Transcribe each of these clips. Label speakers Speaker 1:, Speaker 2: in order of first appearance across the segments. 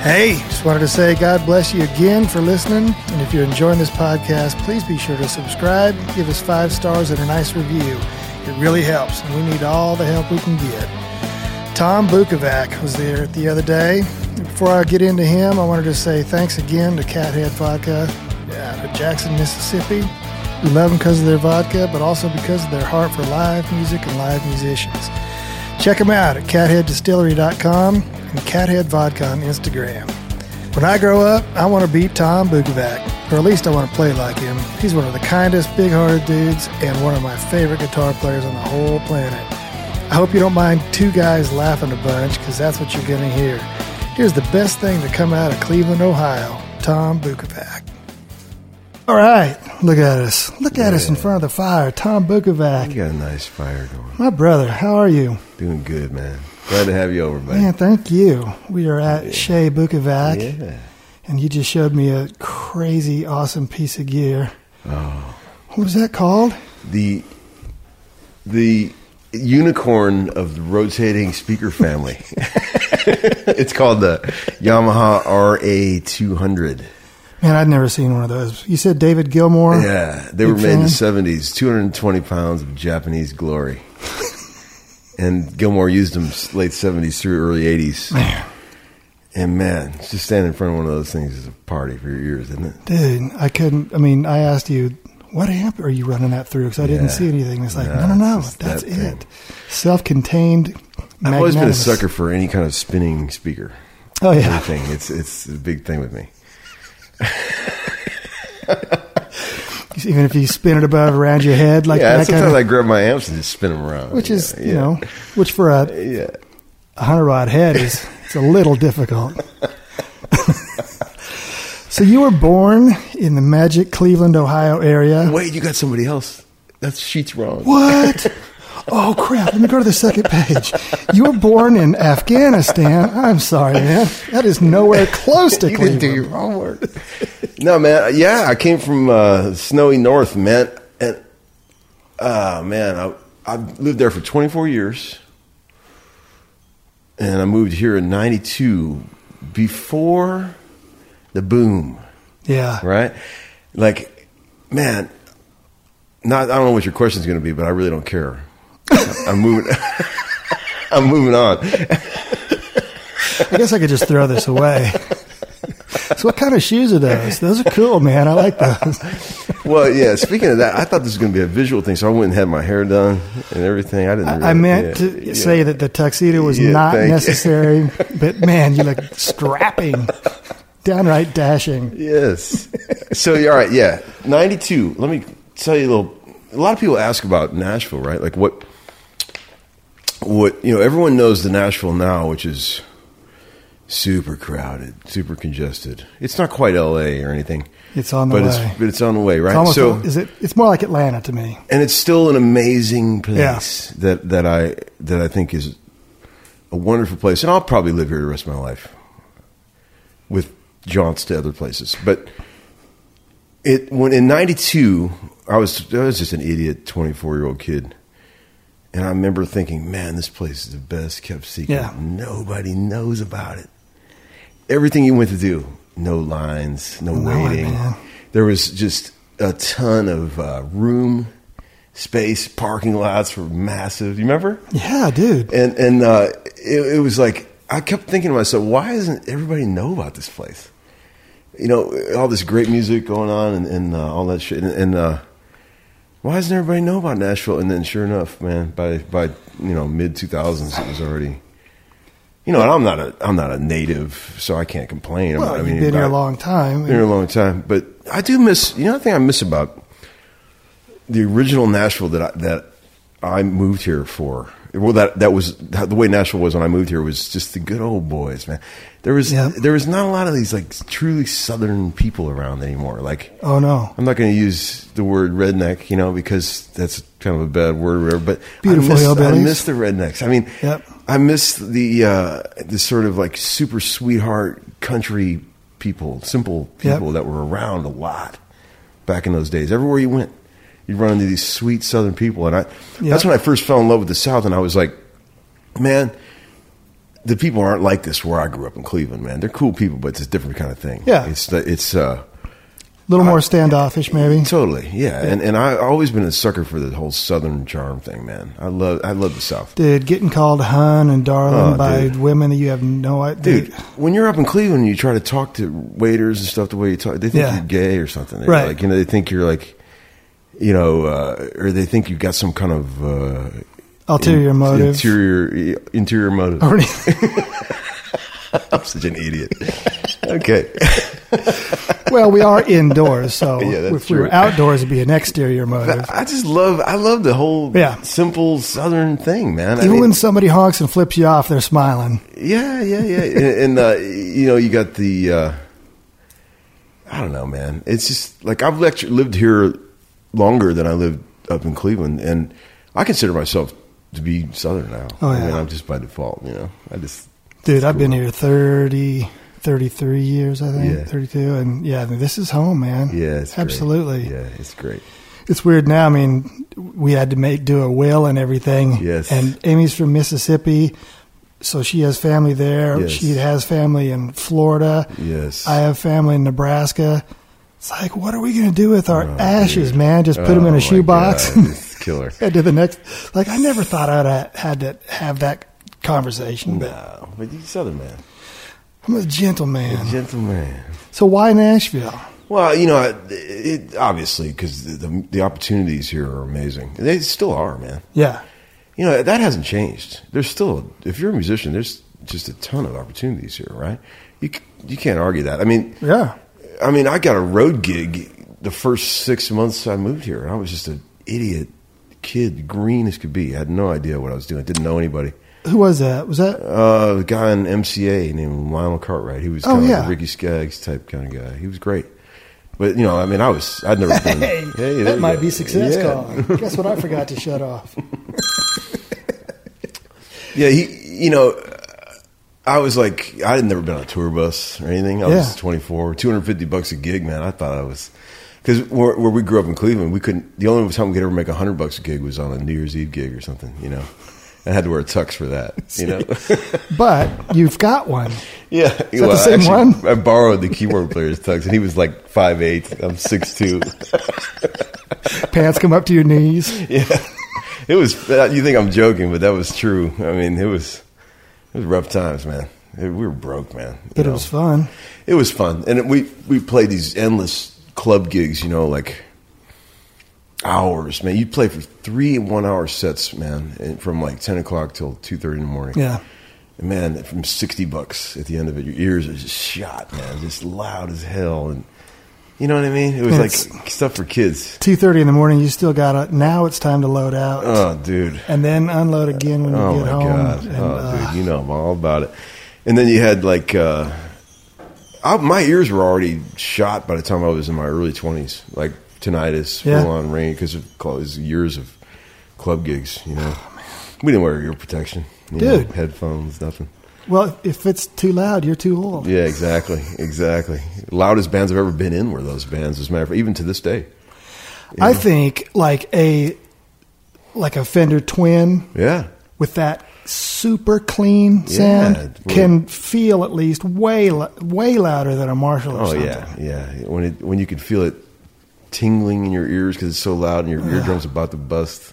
Speaker 1: Hey, just wanted to say God bless you again for listening. And if you're enjoying this podcast, please be sure to subscribe, give us five stars, and a nice review. It really helps, and we need all the help we can get. Tom Bukovac was there the other day. Before I get into him, I wanted to say thanks again to Cathead Vodka out of Jackson, Mississippi. We love them because of their vodka, but also because of their heart for live music and live musicians. Check them out at catheaddistillery.com and Cathead Vodka on Instagram. When I grow up, I want to beat Tom Bukovac, or at least I want to play like him. He's one of the kindest, big hearted dudes and one of my favorite guitar players on the whole planet. I hope you don't mind two guys laughing a bunch because that's what you're going to hear. Here's the best thing to come out of Cleveland, Ohio Tom Bukovac. All right, look at us. Look at us in front of the fire. Tom Bukovac.
Speaker 2: You got a nice fire going.
Speaker 1: My brother, how are you?
Speaker 2: Doing good, man. Glad to have you over, buddy.
Speaker 1: Man, thank you. We are at Shea Bukovac,
Speaker 2: yeah.
Speaker 1: and you just showed me a crazy, awesome piece of gear.
Speaker 2: Oh.
Speaker 1: What was that called?
Speaker 2: The the unicorn of the rotating speaker family. it's called the Yamaha RA200.
Speaker 1: Man, I'd never seen one of those. You said David Gilmore.
Speaker 2: Yeah, they were
Speaker 1: Big
Speaker 2: made in the
Speaker 1: fan.
Speaker 2: 70s. 220 pounds of Japanese glory. and Gilmore used them s- late 70s through early 80s.
Speaker 1: Man,
Speaker 2: And man, just standing in front of one of those things is a party for your ears, isn't it?
Speaker 1: dude, I couldn't. I mean, I asked you, what amp are you running that through? Because I didn't
Speaker 2: Yeah.
Speaker 1: see anything. It's like,
Speaker 2: No,
Speaker 1: no, no, no,
Speaker 2: it's just
Speaker 1: that's
Speaker 2: that thing.
Speaker 1: it. Self-contained.
Speaker 2: I've always been a
Speaker 1: magnanimous.
Speaker 2: sucker for any kind of spinning speaker.
Speaker 1: Oh yeah,
Speaker 2: Anything. It's it's a big thing with me.
Speaker 1: even if you spin it above around your head like
Speaker 2: yeah,
Speaker 1: that
Speaker 2: sometimes
Speaker 1: kind of,
Speaker 2: I grab my amps and just spin them around.
Speaker 1: which
Speaker 2: Yeah,
Speaker 1: is
Speaker 2: yeah.
Speaker 1: you know, which for a
Speaker 2: Yeah.
Speaker 1: a hundred rod head is it's a little difficult. so you were born in the magic Cleveland, Ohio area.
Speaker 2: Wait, you got somebody else. That's sheets wrong.
Speaker 1: What? Oh crap! Let me go to the second page. You were born in Afghanistan. I'm sorry, man. That is nowhere close to
Speaker 2: You didn't
Speaker 1: Cleveland.
Speaker 2: do your homework. no, man. Yeah, I came from uh, snowy north, man. And uh, man, I I lived there for 24 years, and I moved here in '92 before the boom.
Speaker 1: yeah.
Speaker 2: right? Like, man, not I don't know what your question's going to be, but I really don't care. I'm moving. I'm moving on.
Speaker 1: I guess I could just throw this away. So what kind of shoes are those? Those are cool, man. I like those.
Speaker 2: Well, yeah. Speaking of that, I thought this was going to be a visual thing, so I went and had my hair done and everything. I didn't.
Speaker 1: I,
Speaker 2: really-
Speaker 1: I meant
Speaker 2: yeah,
Speaker 1: to
Speaker 2: yeah.
Speaker 1: say that the tuxedo was
Speaker 2: Yeah,
Speaker 1: not
Speaker 2: thank you.
Speaker 1: necessary, but man, you look strapping, downright dashing.
Speaker 2: Yes. so all right, yeah, ninety two. Let me tell you a little. A lot of people ask about Nashville, right? Like what? What you know? Everyone knows the Nashville now, which is super crowded, super congested. It's not quite L.A. or anything.
Speaker 1: It's on the
Speaker 2: but
Speaker 1: way.
Speaker 2: It's, but it's on the way, right?
Speaker 1: It's almost
Speaker 2: so
Speaker 1: is it? It's more like Atlanta to me.
Speaker 2: and it's still an amazing
Speaker 1: Yeah.
Speaker 2: place that that I that I think is a wonderful place, and I'll probably live here the rest of my life with jaunts to other places. But it when in '92, I was I was just an idiot, 24 year old kid, and I remember thinking, man, this place is the best kept secret.
Speaker 1: Yeah.
Speaker 2: Nobody knows about it. Everything you went to do, no lines, no
Speaker 1: No,
Speaker 2: waiting.
Speaker 1: man.
Speaker 2: There was just a ton of uh, room, space, parking lots were massive. You remember?
Speaker 1: Yeah, dude.
Speaker 2: And and uh, it, it was like I kept thinking to myself, why doesn't everybody know about this place? You know, all this great music going on and, and uh, all that shit. And, and uh, why doesn't everybody know about Nashville? And then, sure enough, man, by by you know mid two thousands, it was already. You know, and I'm not a I'm not a native, so I can't complain.
Speaker 1: Well,
Speaker 2: I
Speaker 1: you've been here a
Speaker 2: about-
Speaker 1: long time.
Speaker 2: been here a long time, but I do miss. You know, the thing I miss about the original Nashville that I, that I moved here for. Well, that that was the way Nashville was when I moved here. Was just the good old boys, man. There was
Speaker 1: Yeah.
Speaker 2: there was not a lot of these like truly Southern people around anymore. Like
Speaker 1: Oh no,
Speaker 2: I'm not going to use the word redneck, you know, because that's kind of a bad word. or whatever, But
Speaker 1: Beautiful
Speaker 2: I miss,
Speaker 1: hillbillies.
Speaker 2: I miss the rednecks. I mean,
Speaker 1: Yep.
Speaker 2: I miss the uh, the sort of like super sweetheart country people, simple
Speaker 1: Yep.
Speaker 2: people that were around a lot back in those days. Everywhere you went, you'd run into these sweet Southern people, and I
Speaker 1: Yep.
Speaker 2: that's when I first fell in love with the South, and I was like, man. The people aren't like this where I grew up in Cleveland, man. They're cool people, but it's a different kind of thing.
Speaker 1: Yeah.
Speaker 2: it's the- it's uh,
Speaker 1: a little more standoffish maybe.
Speaker 2: Totally, yeah. And and I've always been a sucker for the whole Southern charm thing, man. I love I love the South,
Speaker 1: Dude, getting called hun and darling
Speaker 2: Oh,
Speaker 1: by
Speaker 2: dude.
Speaker 1: women that you have no idea.
Speaker 2: dude. When you're up in Cleveland, and you try to talk to waiters and stuff the way you talk. They think
Speaker 1: Yeah.
Speaker 2: you're gay or something, They're
Speaker 1: Right.
Speaker 2: Like you know, they think you're like, you know, uh, or they think you've got some kind of uh,
Speaker 1: Ulterior
Speaker 2: in-
Speaker 1: motive. Oh.
Speaker 2: interior interior motive.
Speaker 1: Or-
Speaker 2: I'm such an idiot. okay,
Speaker 1: well, we are indoors, so
Speaker 2: Yeah, that's
Speaker 1: if we were
Speaker 2: true.
Speaker 1: outdoors, it'd be an exterior motive.
Speaker 2: I just love I love the whole
Speaker 1: Yeah.
Speaker 2: simple Southern thing, man. I
Speaker 1: Even
Speaker 2: mean-
Speaker 1: when somebody honks and flips you off, they're smiling.
Speaker 2: Yeah, yeah, yeah. and and uh, you know, you got the uh, I don't know, man. It's just like I've lectured, lived here longer than I lived up in Cleveland, and I consider myself to be Southern now.
Speaker 1: Oh, yeah.
Speaker 2: I mean, I'm just by default, you know. I just
Speaker 1: Dude, I've been here 30, 33 years, I think,
Speaker 2: Yeah.
Speaker 1: 32. And yeah, I mean, this is home, man.
Speaker 2: yeah, it's great.
Speaker 1: Absolutely.
Speaker 2: yeah, it's great.
Speaker 1: It's weird now. I mean, we had to make do a will and everything.
Speaker 2: Yes.
Speaker 1: And Amy's from Mississippi, so she has family there.
Speaker 2: Yes.
Speaker 1: She has family in Florida.
Speaker 2: Yes,
Speaker 1: I have family in Nebraska. It's like, what are we going to do with our
Speaker 2: Oh,
Speaker 1: ashes,
Speaker 2: dude.
Speaker 1: man? Just put them
Speaker 2: Oh,
Speaker 1: in
Speaker 2: my
Speaker 1: a shoebox
Speaker 2: God,
Speaker 1: and
Speaker 2: It's killer.
Speaker 1: head to the next. Like, I never thought I'd ha- had to have that conversation. But
Speaker 2: no, but you Southern man,
Speaker 1: I'm a gentleman.
Speaker 2: gentleman.
Speaker 1: So why Nashville?
Speaker 2: Well, you know, it, it, obviously because the, the the opportunities here are amazing. They still are, man.
Speaker 1: Yeah.
Speaker 2: you know that hasn't changed there's still if you're a musician there's just a ton of opportunities here right you c- you can't argue that i mean
Speaker 1: Yeah.
Speaker 2: i mean i got a road gig the first 6 months i moved here and i was just an idiot kid green as could be I had no idea what i was doing didn't know anybody
Speaker 1: Who was that? Was that?
Speaker 2: uh the guy in mca named lionel cartwright he was
Speaker 1: Oh,
Speaker 2: kind of like
Speaker 1: yeah.
Speaker 2: a ricky skaggs type kind of guy he was great but you know i mean i was i'd never been Hey, there
Speaker 1: that
Speaker 2: you
Speaker 1: might
Speaker 2: go.
Speaker 1: be success
Speaker 2: Yeah.
Speaker 1: calling. Guess what? I forgot to shut off.
Speaker 2: Yeah, he, you know, I was like, I had never been on a tour bus or anything. I
Speaker 1: Yeah.
Speaker 2: was 24, 250 bucks a gig, man. I thought I was, because where, where we grew up in Cleveland, we couldn't, the only time we could ever make 100 bucks a gig was on a New Year's Eve gig or something, you know. I had to wear a tux for that, you know.
Speaker 1: But you've got one.
Speaker 2: yeah,
Speaker 1: the same one?
Speaker 2: I borrowed the keyboard player's tux, and he was like five eight. I'm six two.
Speaker 1: Pants come up to your knees.
Speaker 2: yeah, it was. uh, You think I'm joking, but that was true. I mean, it was it was rough times, man. We were broke, man. you
Speaker 1: But it
Speaker 2: know.
Speaker 1: was fun.
Speaker 2: It was fun, and we we played these endless club gigs. You know, like hours, man. You'd play for three one hour sets, man, and from like ten o'clock till two thirty in the morning.
Speaker 1: Yeah.
Speaker 2: And man, from sixty bucks at the end of it, your ears are just shot, man, just loud as hell, and you know what I mean. It was like stuff for kids.
Speaker 1: Two thirty in the morning. You still got it. Now it's time to load out
Speaker 2: Oh, dude.
Speaker 1: and then unload again when you
Speaker 2: Oh
Speaker 1: get
Speaker 2: my
Speaker 1: home.
Speaker 2: god!
Speaker 1: And,
Speaker 2: oh,
Speaker 1: uh,
Speaker 2: dude, you know I'm all about it. And then you had like, uh, I, my ears were already shot by the time I was in my early 20s, like tinnitus,
Speaker 1: Yeah.
Speaker 2: full on rain because of cl- it was years of club gigs. You know, we didn't wear ear protection, you know,
Speaker 1: Oh, Dude.
Speaker 2: headphones, nothing.
Speaker 1: well, if it's too loud, you're too old.
Speaker 2: Yeah, exactly, exactly. Loudest bands I've ever been in were those bands. As a matter of fact, even to this day.
Speaker 1: I think like a like a Fender Twin
Speaker 2: Yeah,
Speaker 1: with that super clean
Speaker 2: Yeah,
Speaker 1: sound
Speaker 2: well-
Speaker 1: can feel at least way lo- way louder than a Marshall or
Speaker 2: Oh
Speaker 1: something.
Speaker 2: yeah, yeah. When it when you can feel it tingling in your ears because it's so loud and your eardrums about to bust.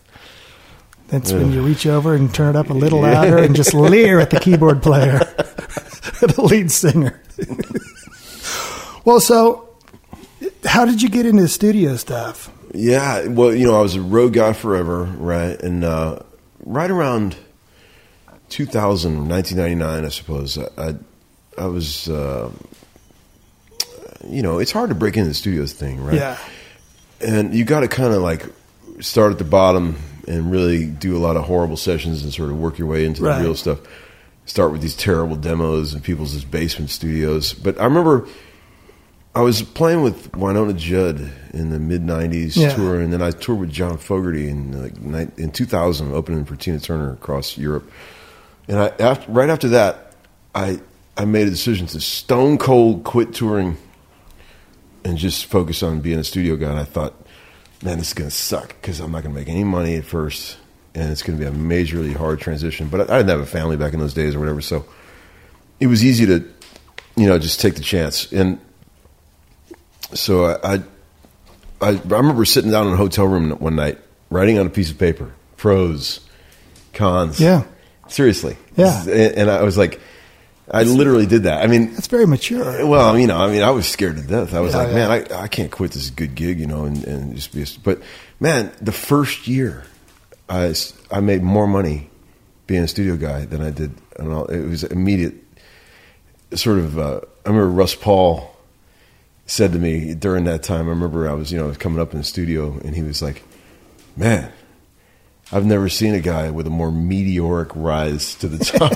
Speaker 1: That's when you reach over and turn it up a little louder and just leer at the keyboard player, the lead singer. well, so how did you get into studio stuff?
Speaker 2: Yeah. Well, you know, I was a road guy forever, right? And uh, right around 2000, 1999, I suppose. I I, I was. Uh, you know, it's hard to break into the studios thing, right?
Speaker 1: Yeah.
Speaker 2: and you got to kind of like start at the bottom and really do a lot of horrible sessions and sort of work your way into
Speaker 1: Right.
Speaker 2: the real stuff. Start with these terrible demos and people's just basement studios. But I remember I was playing with Winona Judd in the mid '90s
Speaker 1: Yeah.
Speaker 2: tour, and then I toured with John Fogerty in like nine- in 2000, opening for Tina Turner across Europe. And I after, right after that, I I made a decision to stone cold quit touring and just focus on being a studio guy. And I thought, man, this is going to suck because I'm not going to make any money at first, and it's going to be a majorly hard transition. But I, I didn't have a family back in those days or whatever, so it was easy to, you know, just take the chance. And so I, I, I remember sitting down in a hotel room one night, writing on a piece of paper pros, cons.
Speaker 1: Yeah.
Speaker 2: seriously.
Speaker 1: Yeah.
Speaker 2: and and I was like, I literally did that. I mean,
Speaker 1: That's very mature.
Speaker 2: well, you know, I mean, I was scared to death. I was
Speaker 1: Yeah,
Speaker 2: like,
Speaker 1: yeah.
Speaker 2: man, I, I can't quit this good gig, you know, and, and just be. A, but man, the first year, I s- I made more money being a studio guy than I did, and all, it was immediate. Sort of, uh, I remember Russ Paul said to me during that time. I remember I was, you know, coming up in the studio, and he was like, "Man, I've never seen a guy with a more meteoric rise to the top."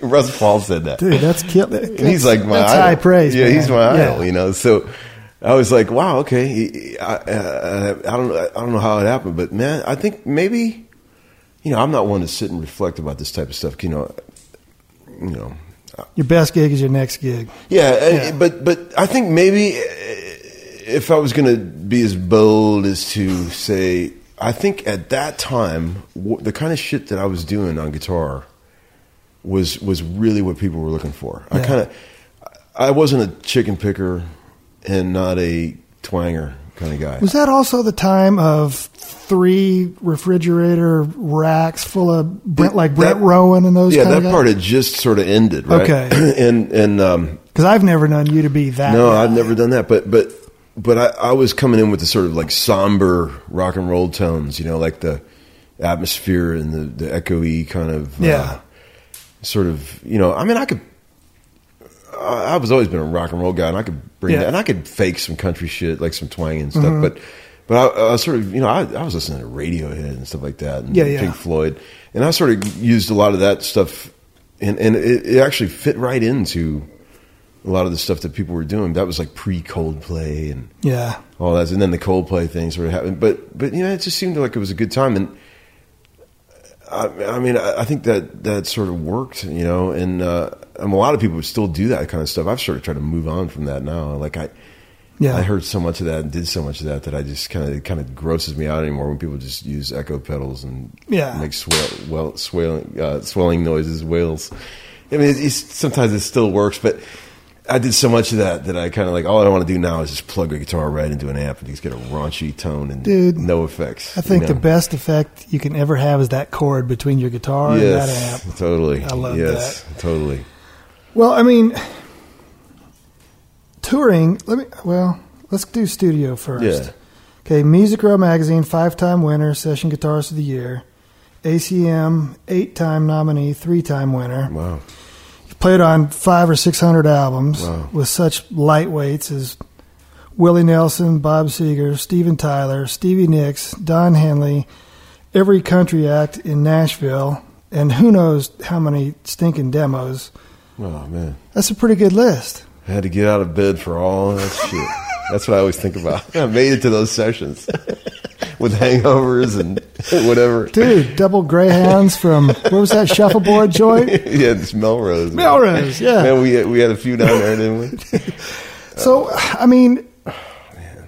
Speaker 2: Russ Paul said that.
Speaker 1: Dude, that's kill.
Speaker 2: And he's like my
Speaker 1: that's
Speaker 2: idol.
Speaker 1: high praise.
Speaker 2: Yeah,
Speaker 1: man.
Speaker 2: he's my
Speaker 1: Yeah.
Speaker 2: idol. You know, so I was like, wow, okay. He- he- I, uh, I don't, I don't know how it happened, but man, I think maybe, you know, I'm not one to sit and reflect about this type of stuff. You know, you know,
Speaker 1: Your best gig is your next gig.
Speaker 2: yeah, uh,
Speaker 1: Yeah.
Speaker 2: but but I think maybe uh, if I was going to be as bold as to say, I think at that time w- the kind of shit that I was doing on guitar was was really what people were looking for. I
Speaker 1: Yeah.
Speaker 2: kind of I wasn't a chicken picker and not a twanger kind of guy.
Speaker 1: Was that also the time of three refrigerator racks full of Brent, like Brett
Speaker 2: That-
Speaker 1: Rowan and those?
Speaker 2: yeah,
Speaker 1: kind
Speaker 2: that
Speaker 1: of
Speaker 2: part had just sort of ended, right?
Speaker 1: Okay.
Speaker 2: and and um,
Speaker 1: Because I've never known you to be that.
Speaker 2: No,
Speaker 1: guy.
Speaker 2: I've never done that. But but but I, I was coming in with the sort of like somber rock and roll tones, you know, like the atmosphere and the the echoey kind of uh,
Speaker 1: Yeah.
Speaker 2: sort of you know. I mean, I could. I I was always been a rock and roll guy, and I could bring
Speaker 1: Yeah. Mm-hmm.
Speaker 2: that, and I could fake some country shit, like some twang and stuff. But, but I, I was sort of, you know, I, I was listening to Radiohead and stuff like that, and
Speaker 1: Yeah, yeah.
Speaker 2: Pink Floyd, and I sort of used a lot of that stuff, and and it, it actually fit right into a lot of the stuff that people were doing. That was like pre Coldplay and
Speaker 1: Yeah.
Speaker 2: all that, and then the Coldplay thing sort of happened. But but you know, it just seemed like it was a good time, and I, I mean, I, I think that that sort of worked, you know. And uh, I mean, a lot of people would still do that kind of stuff. I've sort of tried to move on from that now. Like I.
Speaker 1: Yeah.
Speaker 2: I heard so much of that and did so much of that that I just kind of it kind of grosses me out anymore when people just use echo pedals and
Speaker 1: Yeah.
Speaker 2: make swell, well, swelling uh, swelling noises, wails. I mean, it's, it's, sometimes it still works, but I did so much of that that I kind of like all I want to do now is just plug a guitar right into an amp and just get a raunchy tone and
Speaker 1: Dude,
Speaker 2: no effects.
Speaker 1: I think
Speaker 2: you know?
Speaker 1: the best effect you can ever have is that chord between your guitar and that amp.
Speaker 2: Yes, totally.
Speaker 1: I love
Speaker 2: yes, totally.
Speaker 1: Well, I mean, touring. Let me. Well, let's do studio first.
Speaker 2: Yeah.
Speaker 1: Okay, Music Row Magazine, five-time winner, session guitarist of the year, ACM, eight-time nominee, three-time winner.
Speaker 2: Wow.
Speaker 1: Played on five or six hundred albums
Speaker 2: Wow.
Speaker 1: with such lightweights as Willie Nelson, Bob Seger, Steven Tyler, Stevie Nicks, Don Henley, every country act in Nashville, and who knows how many stinking demos.
Speaker 2: Oh man.
Speaker 1: That's a pretty good list.
Speaker 2: I had to get out of bed for all that shit. That's what I always think about. I made it to those sessions with hangovers and whatever.
Speaker 1: Dude, double greyhounds from what was that shuffleboard joint?
Speaker 2: yeah, it's Melrose. man.
Speaker 1: Melrose, yeah.
Speaker 2: Man, we we had a few down there, didn't we?
Speaker 1: So I mean,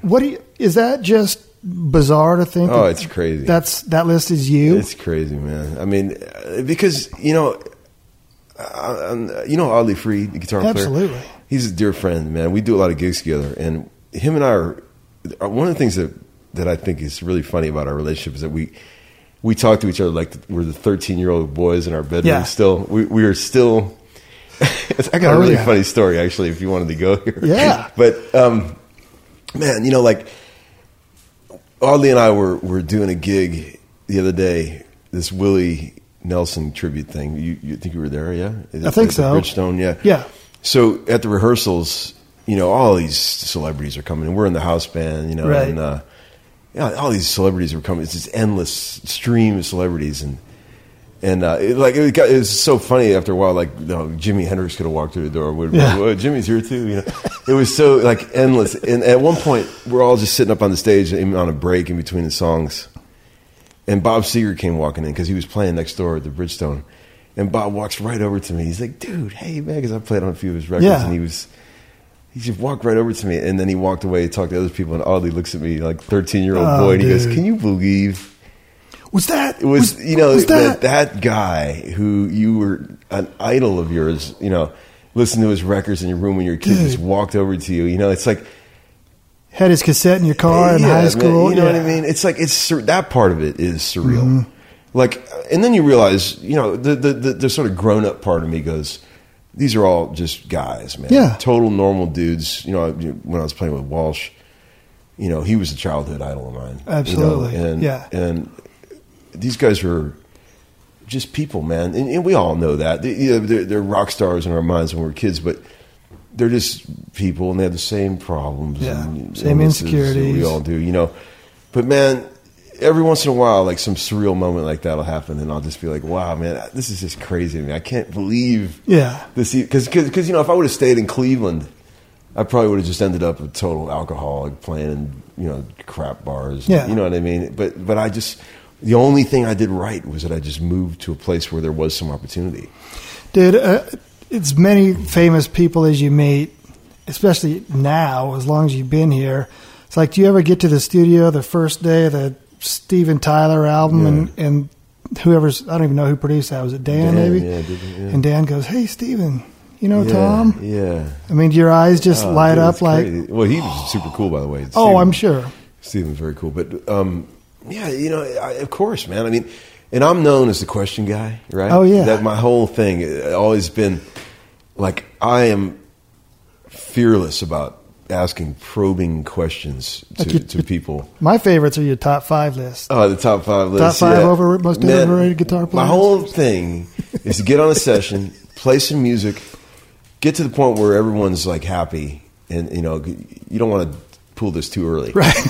Speaker 1: what do you, is that? Just bizarre to think.
Speaker 2: Oh,
Speaker 1: that
Speaker 2: it's crazy.
Speaker 1: That's that list is you.
Speaker 2: It's crazy, man. I mean, uh, because you know, I, I'm- you know, Oddly Free, the guitar player.
Speaker 1: Absolutely.
Speaker 2: he's a dear friend, man. We do a lot of gigs together, and him and I are are- one of the things that that I think is really funny about our relationship is that we we talk to each other like we're the thirteen year old boys in our bedroom.
Speaker 1: Yeah.
Speaker 2: Still, we we are still. I got
Speaker 1: Oh,
Speaker 2: a really
Speaker 1: yeah.
Speaker 2: funny story actually. If you wanted to go here,
Speaker 1: Yeah.
Speaker 2: but um, man, you know, like Audley and I were, were doing a gig the other day, this Willie Nelson tribute thing. You, you think you were there, yeah?
Speaker 1: I think
Speaker 2: At the
Speaker 1: so.
Speaker 2: Bridgestone, yeah.
Speaker 1: Yeah.
Speaker 2: So at the rehearsals, you know, all these celebrities are coming, and we're in the house band, you know,
Speaker 1: Right.
Speaker 2: and uh, you know, all these celebrities were coming. It's this endless stream of celebrities, and and uh, it, like it, got, it was so funny after a while. Like you know, Jimi Hendrix could have walked through the door. We'd be like,
Speaker 1: Yeah.
Speaker 2: "Whoa, Jimmy's here too. You know, it was so like endless. And at one point, we're all just sitting up on the stage and on a break in between the songs, and Bob Seger came walking in because he was playing next door at the Bridgestone. And Bob walks right over to me. He's like, "Dude, hey man," because I played on a few of his records,
Speaker 1: Yeah.
Speaker 2: and he was. He just walked right over to me, and then he walked away, talked to other people, and Audley looks at me like thirteen year old
Speaker 1: Oh,
Speaker 2: boy, and he goes,
Speaker 1: dude.
Speaker 2: "Can you believe
Speaker 1: Was that?
Speaker 2: it was, you know
Speaker 1: was
Speaker 2: that? that guy who you were an idol of yours, you know, listened to his records in your room when you were a kid, just
Speaker 1: Dude.
Speaker 2: walked over to you, you know, it's like
Speaker 1: had his cassette in your car Oh, in
Speaker 2: yeah,
Speaker 1: high
Speaker 2: man,
Speaker 1: school.
Speaker 2: you know
Speaker 1: Yeah. Mm-hmm.
Speaker 2: what I mean? It's like it's sur- that part of it is surreal. Like, and then you realize, you know, the the, the, the sort of grown up part of me goes, these are all just guys, man.
Speaker 1: Yeah.
Speaker 2: total normal dudes. You know, I- when I was playing with Walsh, you know, he was a childhood idol of mine. you know,
Speaker 1: Absolutely. Yeah.
Speaker 2: and these guys were just people, man, and, and we all know that. They, you know, they're, they're rock stars in our minds when we were kids, but they're just people, and they have the same problems,
Speaker 1: Yeah.
Speaker 2: and
Speaker 1: Same
Speaker 2: illnesses that
Speaker 1: insecurities.
Speaker 2: We all do, you know. But man, every once in a while, like some surreal moment like that'll happen, and I'll just be like, "Wow, man, this is just crazy to me. I can't believe
Speaker 1: Yeah.
Speaker 2: this." e, Because, because you know, if I would have stayed in Cleveland, I probably would have just ended up a total alcoholic, playing in you know crap bars.
Speaker 1: Yeah.
Speaker 2: you know what I mean. But but I just the only thing I did right was that I just moved to a place where there was some opportunity.
Speaker 1: Dude, uh, it's many famous people as you meet, especially now, as long as you've been here. It's like, do you ever get to the studio the first day of the Steven Tyler album and, and whoever's, I don't even know who produced that. Was it Dan,
Speaker 2: Dan,
Speaker 1: maybe?
Speaker 2: yeah, I did, yeah.
Speaker 1: And Dan goes, hey, Steven, you know
Speaker 2: yeah,
Speaker 1: Oh, Tom?
Speaker 2: Yeah.
Speaker 1: I mean, do your eyes just
Speaker 2: Oh,
Speaker 1: light
Speaker 2: dude,
Speaker 1: up
Speaker 2: it's
Speaker 1: like,
Speaker 2: crazy. Well, he was super cool, by the way.
Speaker 1: oh,
Speaker 2: Steven-
Speaker 1: I'm sure.
Speaker 2: Steven's very cool, but um, yeah, you know, I, of course, man. I mean, and I'm known as the question guy, right?
Speaker 1: Oh, yeah.
Speaker 2: That my whole thing uh, always been like I am fearless about asking probing questions to,
Speaker 1: Like you-
Speaker 2: to people.
Speaker 1: My favorites are your top five list.
Speaker 2: Oh, the top five list.
Speaker 1: five
Speaker 2: yeah.
Speaker 1: over- most overrated guitar players?
Speaker 2: My whole thing is to get on a session, play some music, get to the point where everyone's like happy, and you know you don't want to pull this too early.
Speaker 1: Right.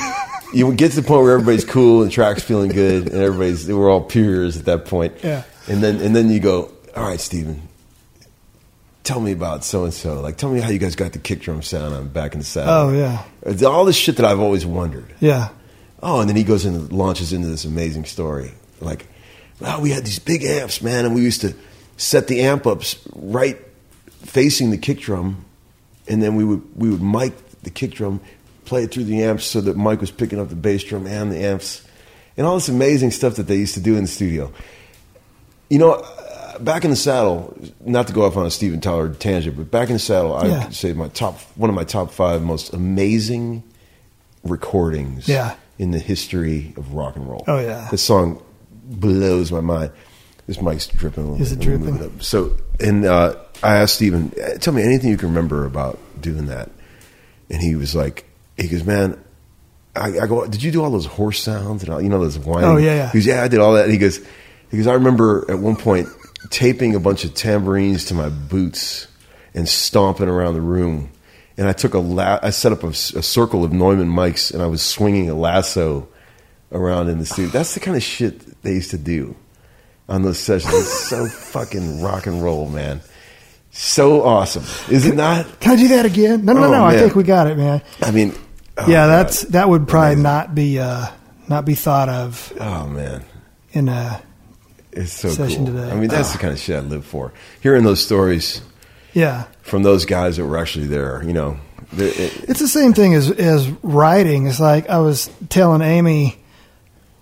Speaker 2: You get to the point where everybody's cool and tracks feeling good, and everybody's we're all peers at that point.
Speaker 1: Yeah.
Speaker 2: And then and then you go, all right, Steven, tell me about so and so. Like, tell me how you guys got the kick drum sound on back in the
Speaker 1: Oh,
Speaker 2: saddle.
Speaker 1: yeah.
Speaker 2: It's all this shit that I've always wondered.
Speaker 1: Yeah.
Speaker 2: Oh, and then he goes and launches into this amazing story. Like, wow, we had these big amps, man, and we used to set the amp ups right facing the kick drum, and then we would we would mic the kick drum, play it through the amps so that Mike was picking up the bass drum and the amps, and all this amazing stuff that they used to do in the studio. You know, uh, back in the saddle, not to go off on a Steven Tyler tangent, but back in the saddle, I
Speaker 1: Yeah.
Speaker 2: would say my top one of my top five most amazing recordings
Speaker 1: Yeah.
Speaker 2: in the history of rock and roll.
Speaker 1: Oh, yeah.
Speaker 2: This song blows my mind. This mic's dripping a little
Speaker 1: Is
Speaker 2: bit.
Speaker 1: it
Speaker 2: Let me move
Speaker 1: dripping?
Speaker 2: up. So, and uh, I asked Steven, "Eh, tell me anything you can remember about doing that. And he was like, he goes, man, I, I go, did you do all those horse sounds and all, you know, those whining?
Speaker 1: Oh, yeah, yeah.
Speaker 2: He goes, yeah, I did all that. And he goes, he goes, I remember at one point taping a bunch of tambourines to my boots and stomping around the room. And I took a, la- I set up a, s- a circle of Neumann mics and I was swinging a lasso around in the studio. That's the kind of shit they used to do on those sessions. It's so fucking rock and roll, man. So awesome. Is it not?
Speaker 1: Can I do that again? No, no,
Speaker 2: Oh,
Speaker 1: no. I
Speaker 2: man.
Speaker 1: think we got it, man.
Speaker 2: I mean, oh,
Speaker 1: yeah,
Speaker 2: God.
Speaker 1: that's that would probably
Speaker 2: Amazing.
Speaker 1: not be uh, not be thought of
Speaker 2: Oh, man.
Speaker 1: in a
Speaker 2: It's so
Speaker 1: session
Speaker 2: cool.
Speaker 1: today.
Speaker 2: I mean, that's the kind of shit I live for. Hearing those stories
Speaker 1: yeah.
Speaker 2: from those guys that were actually there, you know. They're- it-
Speaker 1: It's the same thing as as writing. It's like I was telling Amy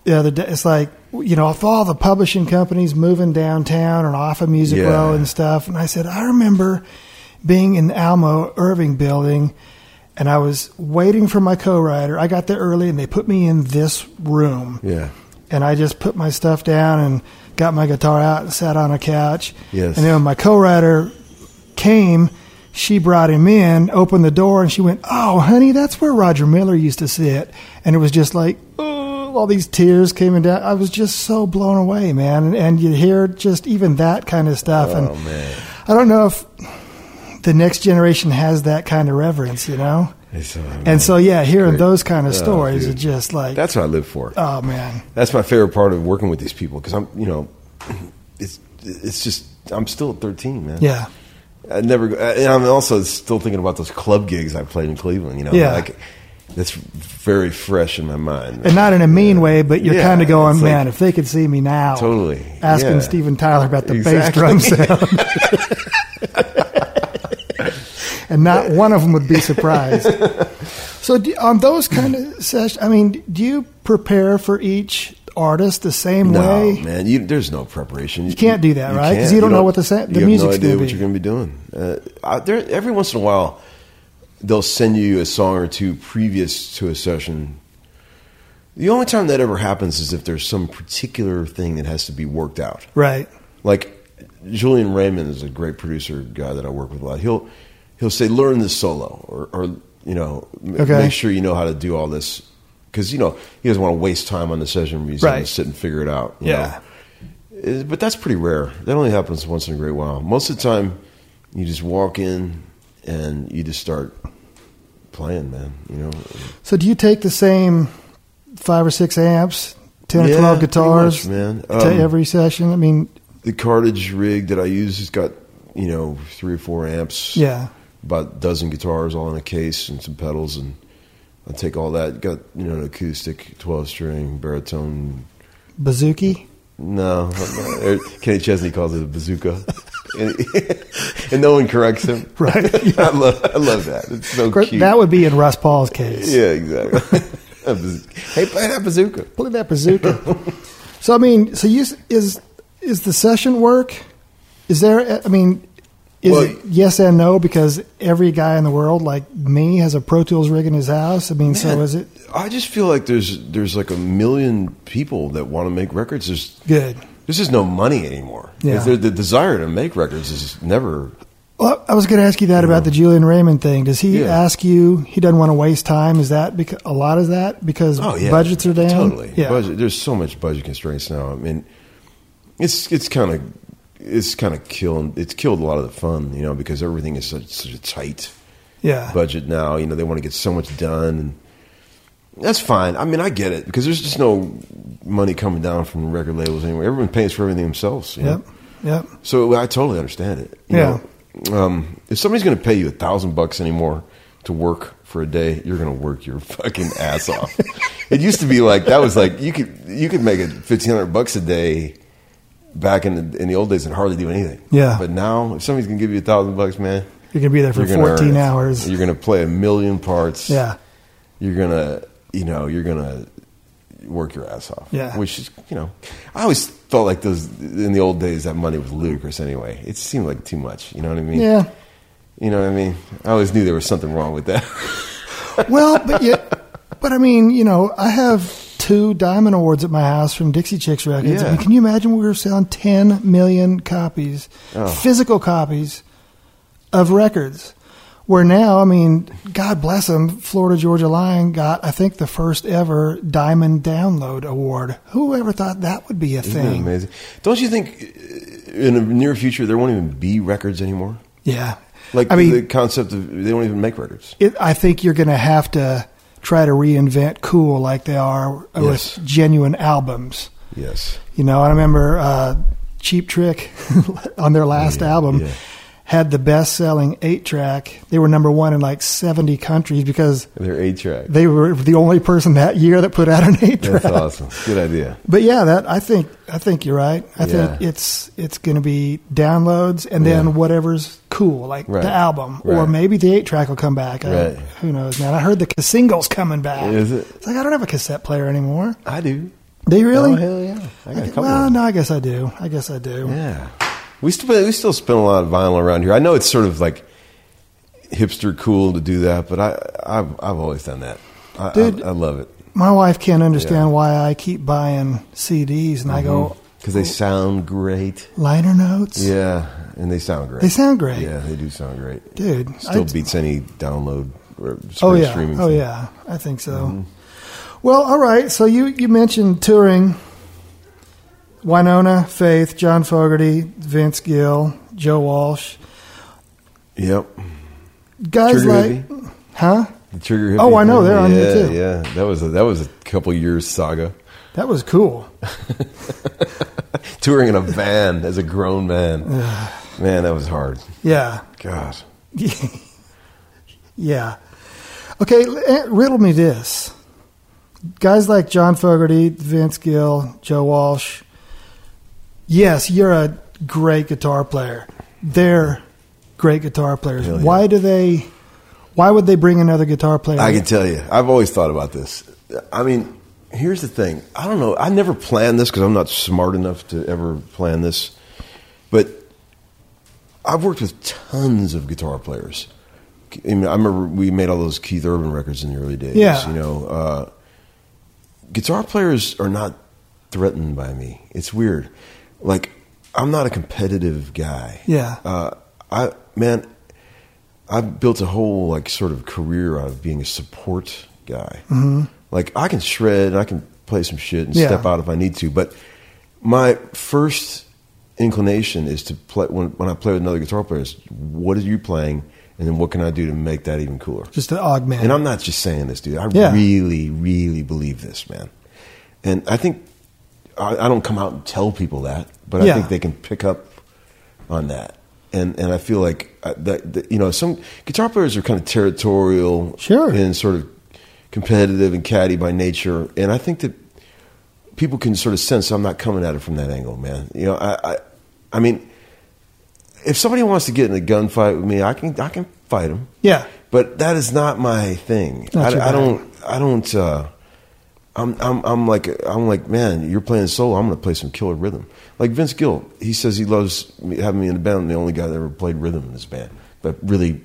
Speaker 1: the other day. It's like you know, with all the publishing companies moving downtown and off of Music
Speaker 2: Yeah.
Speaker 1: Row and stuff, and I said I remember being in the Almo Irving building. And I was waiting for my co-writer. I got there early, and they put me in this room.
Speaker 2: yeah.
Speaker 1: and I just put my stuff down and got my guitar out and sat on a couch.
Speaker 2: Yes.
Speaker 1: And then when my co-writer came, she brought him in, opened the door, and she went, "Oh, honey, that's where Roger Miller used to sit." And it was just like, oh, all these tears came down. I was just so blown away, man. And, and you hear just even that kind of stuff.
Speaker 2: Oh,
Speaker 1: and
Speaker 2: man.
Speaker 1: I don't know if the next generation has that kind of reverence, you know?
Speaker 2: It's, uh,
Speaker 1: And so, yeah, hearing
Speaker 2: Great.
Speaker 1: those kind of
Speaker 2: Oh,
Speaker 1: stories
Speaker 2: dude.
Speaker 1: are just like,
Speaker 2: that's what I live for.
Speaker 1: oh man,
Speaker 2: That's my favorite part of working with these people because I'm, you know, it's it's just I'm still at 13, man.
Speaker 1: yeah,
Speaker 2: I never. go- And I'm also still thinking about those club gigs I played in Cleveland. You know,
Speaker 1: Yeah.
Speaker 2: like that's very fresh in my mind.
Speaker 1: and not in a mean way, but you're
Speaker 2: Yeah,
Speaker 1: kind of going,
Speaker 2: it's like-
Speaker 1: man, if they could see me now,
Speaker 2: Totally.
Speaker 1: asking
Speaker 2: Yeah.
Speaker 1: Steven Tyler about the bass
Speaker 2: Exactly.
Speaker 1: drum sound. And not one of them would be surprised. so, do, on those kind of sessions, I mean, do you prepare for each artist the same
Speaker 2: No,
Speaker 1: way?
Speaker 2: man, you, there's no preparation. You,
Speaker 1: can't do that, right? 'Cause
Speaker 2: can't.
Speaker 1: you don't know what the sa- the
Speaker 2: you
Speaker 1: music's
Speaker 2: have no idea
Speaker 1: gonna
Speaker 2: what
Speaker 1: be.
Speaker 2: you're going to be doing. Uh, I, there, every once in a while, they'll send you a song or two previous to a session. The only time that ever happens is if there's some particular thing that has to be worked out.
Speaker 1: Right.
Speaker 2: Like Julian Raymond is a great producer guy that I work with a lot. He'll he'll say learn this solo or, or you know m-
Speaker 1: Okay.
Speaker 2: make sure you know how to do all this because you know he doesn't want to waste time on the session where he's going
Speaker 1: Right.
Speaker 2: to sit and figure it out. you
Speaker 1: Yeah.
Speaker 2: know. Uh, But that's pretty rare. That only happens once in a great while. Most of the time, you just walk in and you just start playing, man. You know,
Speaker 1: So, do you take the same five or six amps, 10
Speaker 2: Yeah,
Speaker 1: or 12
Speaker 2: pretty
Speaker 1: guitars
Speaker 2: much, man.
Speaker 1: to
Speaker 2: Um,
Speaker 1: every session? I mean,
Speaker 2: the cartage rig that I use has got you know three or four amps.
Speaker 1: yeah.
Speaker 2: about a dozen guitars all in a case and some pedals and I take all that. Got you know an acoustic twelve string baritone.
Speaker 1: Bazooki?
Speaker 2: No, or Kenny Chesney calls it a bazooka, and, and no one corrects him.
Speaker 1: Right.
Speaker 2: I love I love that. It's so
Speaker 1: Gr-
Speaker 2: cute.
Speaker 1: That would be in Russ Paul's case.
Speaker 2: yeah, exactly. A baz- hey, play that bazooka.
Speaker 1: Look at that bazooka. so I mean, so you, is is the session work? Is there? I mean, is
Speaker 2: Well-
Speaker 1: it yes and no? Because every guy in the world, like me, has a Pro Tools rig in his house. I mean, so
Speaker 2: Man,
Speaker 1: is it
Speaker 2: I just feel like there's there's like a million people that want to make records. There's
Speaker 1: good?
Speaker 2: there's just no money anymore.
Speaker 1: Yeah.
Speaker 2: The, the desire to make records is never
Speaker 1: Well, I was going to ask you that about the Julian Raymond thing. Does he
Speaker 2: Yeah.
Speaker 1: ask you? He doesn't want to waste time. Is that because, a lot of that because budgets are down?
Speaker 2: Oh, Totally.
Speaker 1: Yeah.
Speaker 2: Budget, there's so much budget constraints now. I mean, it's it's kind of it's kind of killed it's killed a lot of the fun, you know, because everything is such, such a tight
Speaker 1: Yeah.
Speaker 2: budget now. You know, they want to get so much done, and that's fine. I mean, I get it because there's just no money coming down from the record labels anyway. Everyone pays for everything themselves. You
Speaker 1: Yep.
Speaker 2: Know?
Speaker 1: Yep.
Speaker 2: So I totally understand it. you
Speaker 1: Yeah.
Speaker 2: know. um, if somebody's going to pay you a thousand bucks anymore to work for a day, you're going to work your fucking ass off. It used to be like that was like you could you could make it fifteen hundred bucks a day back in the, in the old days and hardly do anything.
Speaker 1: Yeah.
Speaker 2: But now, if somebody's going to give you a thousand bucks, man,
Speaker 1: You're going to be there for
Speaker 2: you're gonna earn
Speaker 1: 14
Speaker 2: it.
Speaker 1: hours.
Speaker 2: You're going to play a million parts.
Speaker 1: yeah.
Speaker 2: You're gonna you know you're gonna work your ass off.
Speaker 1: Yeah.
Speaker 2: Which is you know I always felt like those in the old days that money was ludicrous anyway. It seemed like too much. You know what I mean?
Speaker 1: Yeah.
Speaker 2: You know what I mean? I always knew there was something wrong with that.
Speaker 1: Well, but yeah, but I mean, you know, I have two Diamond Awards at my house from Dixie Chicks Records. I
Speaker 2: Yeah.
Speaker 1: mean, can you imagine we were selling 10 million copies,
Speaker 2: Oh.
Speaker 1: physical copies of records? Where now, I mean, God bless them, Florida Georgia Line got, I think, the first ever Diamond Download Award. Who ever thought that would be a
Speaker 2: Isn't that
Speaker 1: thing?
Speaker 2: amazing? Don't you think uh, in the near future there won't even be records anymore?
Speaker 1: Yeah.
Speaker 2: Like
Speaker 1: I mean,
Speaker 2: the concept of they don't even make records.
Speaker 1: it, I think you're going to have to try to reinvent cool like they are
Speaker 2: Yes.
Speaker 1: with genuine albums.
Speaker 2: Yes.
Speaker 1: You know, I remember uh, Cheap Trick on their last
Speaker 2: Yeah,
Speaker 1: album
Speaker 2: yeah.
Speaker 1: had the best selling eight track. They were number one in like 70 countries because
Speaker 2: They're eight track.
Speaker 1: they were the only person that year that put out an eight track.
Speaker 2: That's awesome. Good idea.
Speaker 1: But yeah, that I think I think you're right. I think
Speaker 2: Yeah.
Speaker 1: it's it's going to be downloads and then
Speaker 2: Yeah.
Speaker 1: whatever's cool, like
Speaker 2: Right.
Speaker 1: the album, or
Speaker 2: Right.
Speaker 1: maybe the eight track will come back. I-
Speaker 2: Right.
Speaker 1: who knows, man? I heard the ca- singles coming back.
Speaker 2: Is it?
Speaker 1: It's like I don't have a cassette player anymore.
Speaker 2: I do.
Speaker 1: Do you really?
Speaker 2: Oh hell yeah! I got a
Speaker 1: Okay,
Speaker 2: couple.
Speaker 1: well,
Speaker 2: of
Speaker 1: no, I guess I do. I guess I do.
Speaker 2: Yeah, we still we still spin a lot of vinyl around here. I know it's sort of like hipster cool to do that, but I I've, I've always done that. I,
Speaker 1: Dude.
Speaker 2: I, I love it
Speaker 1: My wife can't understand why I keep buying CDs, and I go
Speaker 2: because they sound great.
Speaker 1: liner notes.
Speaker 2: Mm-hmm. Yeah, and they sound great.
Speaker 1: They sound great.
Speaker 2: Yeah, they do sound great.
Speaker 1: dude.
Speaker 2: Still
Speaker 1: I-
Speaker 2: beats any download or
Speaker 1: Oh yeah.
Speaker 2: streaming.
Speaker 1: Oh
Speaker 2: thing. Mm-hmm.
Speaker 1: yeah. I think so. Well, all right. So you you mentioned touring. Winona, Faith, John Fogerty, Vince Gill, Joe Walsh,
Speaker 2: Yep.
Speaker 1: guys
Speaker 2: Trigger
Speaker 1: like,
Speaker 2: happy?
Speaker 1: huh?
Speaker 2: The Trigger.
Speaker 1: Oh,
Speaker 2: hippie
Speaker 1: I know,
Speaker 2: thing?
Speaker 1: they're on
Speaker 2: yeah,
Speaker 1: here, too.
Speaker 2: Yeah, that was a, that was a couple years saga.
Speaker 1: That was cool.
Speaker 2: Touring in a van as a grown man. man, that was hard.
Speaker 1: Yeah.
Speaker 2: God.
Speaker 1: yeah. Okay, l- eh, riddle me this. Guys like John Fogerty, Vince Gill, Joe Walsh. Yes, you're a great guitar player. They're great guitar players.
Speaker 2: Hell yeah.
Speaker 1: Why do they? Why would they bring another guitar player?
Speaker 2: I
Speaker 1: in?
Speaker 2: can tell you. I've always thought about this. I mean, here's the thing. I don't know. I never planned this because I'm not smart enough to ever plan this. But I've worked with tons of guitar players. I, mean, I remember we made all those Keith Urban records in the early days.
Speaker 1: Yeah.
Speaker 2: You know, uh, guitar players are not threatened by me. It's weird. Like, I'm not a competitive guy.
Speaker 1: Yeah.
Speaker 2: Uh, I man, I've built a whole like sort of career out of being a support guy. Mm-hmm. Like I can shred, and I can play some shit and
Speaker 1: Yeah.
Speaker 2: step out if I need to, but my first inclination is to play when when I play with another guitar player is what are you playing, and then what can I do to make that even cooler.
Speaker 1: just to augment.
Speaker 2: And I'm not just saying this, dude. I
Speaker 1: Yeah.
Speaker 2: really, really believe this, man. And I think I, I don't come out and tell people that, but I
Speaker 1: Yeah.
Speaker 2: think they can pick up on that. And and I feel like uh, that, that you know some guitar players are kind of territorial,
Speaker 1: Sure.
Speaker 2: and sort of competitive and catty by nature. And I think that people can sort of sense I'm not coming at it from that angle, man. You know, I, I, I mean, if somebody wants to get in a gunfight with me, I can, I can fight them.
Speaker 1: Yeah.
Speaker 2: But that is not my thing.
Speaker 1: Not your
Speaker 2: I,
Speaker 1: bag.
Speaker 2: I don't, I don't. Uh, I'm, I'm, I'm like, I'm like, man, you're playing solo. I'm going to play some killer rhythm. Like Vince Gill, he says he loves me, having me in the band. I'm the only guy that ever played rhythm in his band, but really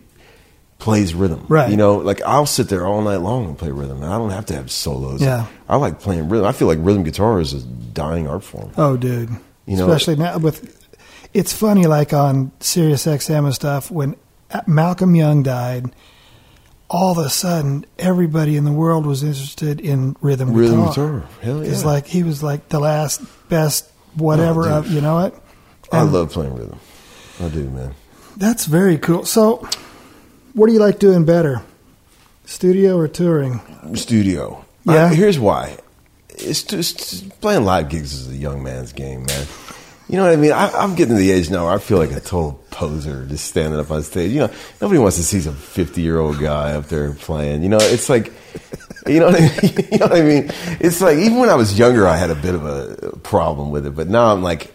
Speaker 2: plays rhythm.
Speaker 1: Right.
Speaker 2: You know, like I'll sit there all night long and play rhythm, and I don't have to have solos.
Speaker 1: Yeah.
Speaker 2: I like playing rhythm. I feel like rhythm guitar is a dying art form.
Speaker 1: Oh, dude.
Speaker 2: You know-
Speaker 1: Especially now with. It's funny, like on Sirius XM and stuff, when Malcolm Young died, all of a sudden everybody in the world was interested in rhythm,
Speaker 2: Rhythm
Speaker 1: guitar.
Speaker 2: guitar. Hell yeah.
Speaker 1: It's like he was like the last best whatever
Speaker 2: Oh,
Speaker 1: of,
Speaker 2: dude.
Speaker 1: you know what?
Speaker 2: I
Speaker 1: And
Speaker 2: love playing rhythm. I do, man.
Speaker 1: That's very cool. So, what do you like doing better? Studio or touring?
Speaker 2: studio.
Speaker 1: Yeah.
Speaker 2: I- here's why. It's just playing live gigs is a young man's game, man. You know what I mean? I, I'm getting to the age now where I feel like a total poser just standing up on stage. You know, nobody wants to see some 50 year old guy up there playing. You know, it's like, you know, what I mean? you know what I mean? It's like even when I was younger, I had a bit of a problem with it, but now I'm like,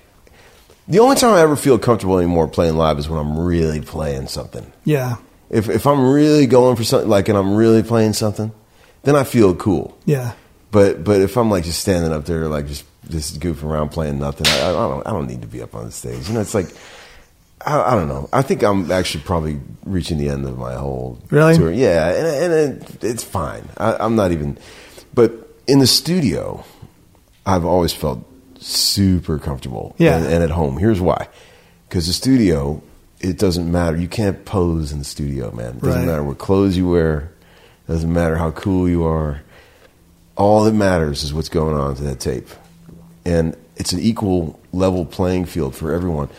Speaker 2: the only time I ever feel comfortable anymore playing live is when I'm really playing something
Speaker 1: Yeah.
Speaker 2: if if I'm really going for something like and I'm really playing something, then I feel cool.
Speaker 1: Yeah.
Speaker 2: But but if I'm like just standing up there like just just goofing around playing nothing, I, I don't I don't need to be up on the stage. You know, it's like I, I don't know. I think I'm actually probably reaching the end of my whole
Speaker 1: Really?
Speaker 2: tour. Yeah, and and it, it's fine. I, I'm not even. But in the studio, I've always felt super comfortable.
Speaker 1: Yeah.
Speaker 2: and, and at home. Here's why: because the studio, it doesn't matter. You can't pose in the studio, man. It doesn't
Speaker 1: Right.
Speaker 2: matter what clothes you wear. Doesn't matter how cool you are. All that matters is what's going on to that tape, and it's an equal level playing field for everyone.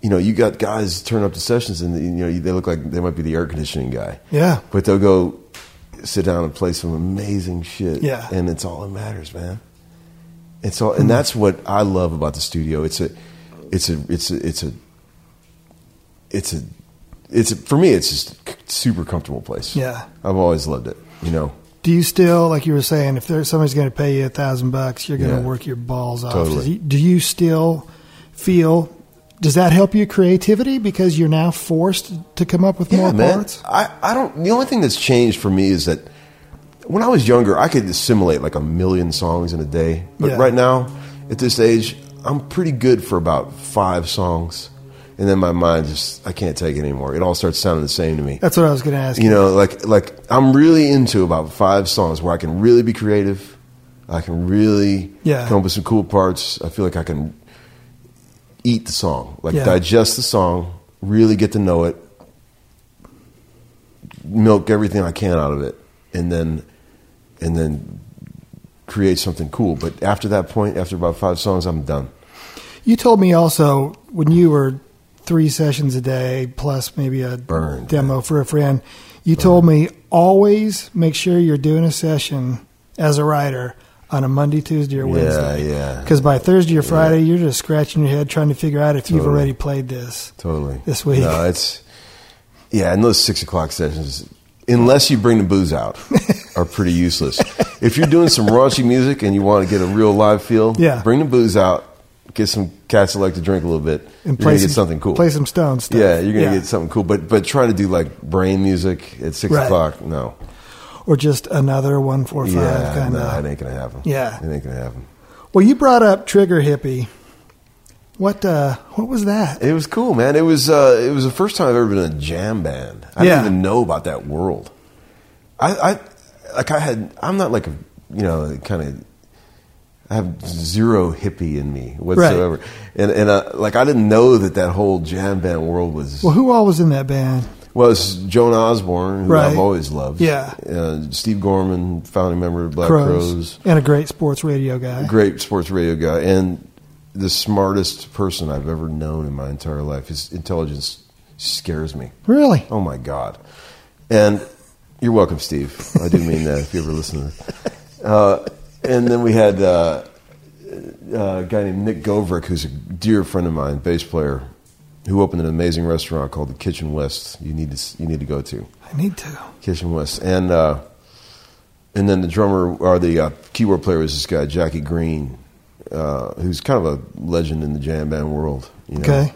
Speaker 2: You know, you got guys turn up to sessions, and you know they look like they might be the air conditioning guy.
Speaker 1: Yeah.
Speaker 2: but they'll go sit down and play some amazing shit.
Speaker 1: Yeah.
Speaker 2: and it's all that matters, man. It's all, and that's what I love about the studio. It's a, it's a, it's a, it's a, it's a, it's a, for me, it's just c- super comfortable place.
Speaker 1: Yeah.
Speaker 2: I've always loved it. You know,
Speaker 1: Do you still, like you were saying, if there's somebody's going to pay you a thousand bucks, you're going to
Speaker 2: Yeah.
Speaker 1: work your balls off?
Speaker 2: Totally.
Speaker 1: Does he- Do you still feel? Does that help your creativity because you're now forced to come up with more parts?
Speaker 2: I, I don't. The only thing that's changed for me is that when I was younger, I could assimilate like a million songs in a day. But
Speaker 1: Yeah.
Speaker 2: right now, at this age, I'm pretty good for about five songs, and then my mind just I can't take it anymore. It all starts sounding the same to me.
Speaker 1: That's what I was going to ask.
Speaker 2: you know like like i'm really into about five songs where i can really be creative i can really
Speaker 1: Yeah.
Speaker 2: come up with some cool parts i feel like i can eat the song like
Speaker 1: Yeah.
Speaker 2: digest the song really get to know it milk everything i can out of it and then and then create something cool but after that point after about five songs i'm done
Speaker 1: You told me also when you were three sessions a day plus maybe a
Speaker 2: Burn,
Speaker 1: demo for a friend. You told me always make sure you're doing a session as a writer on a Monday, Tuesday, or
Speaker 2: Yeah,
Speaker 1: Wednesday.
Speaker 2: yeah.
Speaker 1: Because by Thursday or Friday, you're just scratching your head trying to figure out if you've
Speaker 2: Totally.
Speaker 1: already played this.
Speaker 2: Totally.
Speaker 1: This week.
Speaker 2: No, it's yeah, and those six o'clock sessions, unless you bring the booze out, are pretty useless. if you're doing some raunchy music and you want to get a real live feel,
Speaker 1: Yeah.
Speaker 2: bring the booze out, get some cats that like to drink a little bit,
Speaker 1: And
Speaker 2: you're
Speaker 1: play
Speaker 2: gonna
Speaker 1: some,
Speaker 2: get something cool.
Speaker 1: Play some Stone stuff.
Speaker 2: yeah, you're gonna get something cool. But but trying to do like brain music at six
Speaker 1: Right.
Speaker 2: o'clock, no.
Speaker 1: Or just another one four five
Speaker 2: Yeah,
Speaker 1: kind
Speaker 2: no,
Speaker 1: of.
Speaker 2: it ain't gonna happen.
Speaker 1: Yeah.
Speaker 2: It ain't gonna happen.
Speaker 1: Well, you brought up Trigger Hippie. What uh, what was that?
Speaker 2: It was cool, man. It was uh, it was the first time I've ever been in a jam band. I
Speaker 1: Yeah.
Speaker 2: didn't even know about that world. I, I like I had I'm not like a you know kind of I have zero hippie in me whatsoever, and and uh, like I didn't know that that whole jam band world was
Speaker 1: Well, who all was in that band?
Speaker 2: well, it's Joan Osborne, who
Speaker 1: Right.
Speaker 2: I've always loved.
Speaker 1: Yeah.
Speaker 2: uh, Steve Gorman, founding member of Black Uh, Crows
Speaker 1: and a great sports radio guy.
Speaker 2: great sports radio guy and the smartest person I've ever known in my entire life. His intelligence scares me.
Speaker 1: Really?
Speaker 2: Oh my god! And you're welcome, Steve. I do mean that. If you ever listen to it. Uh, and then we had uh, uh, a guy named Nick Govrick, who's a dear friend of mine, bass player, who opened an amazing restaurant called the Kitchen West. You need to s- you need to go to.
Speaker 1: I need to.
Speaker 2: Kitchen West, and uh, and then the drummer or the uh, keyboard player was this guy Jackie Green, uh, who's kind of a legend in the jam band world. You know?
Speaker 1: Okay.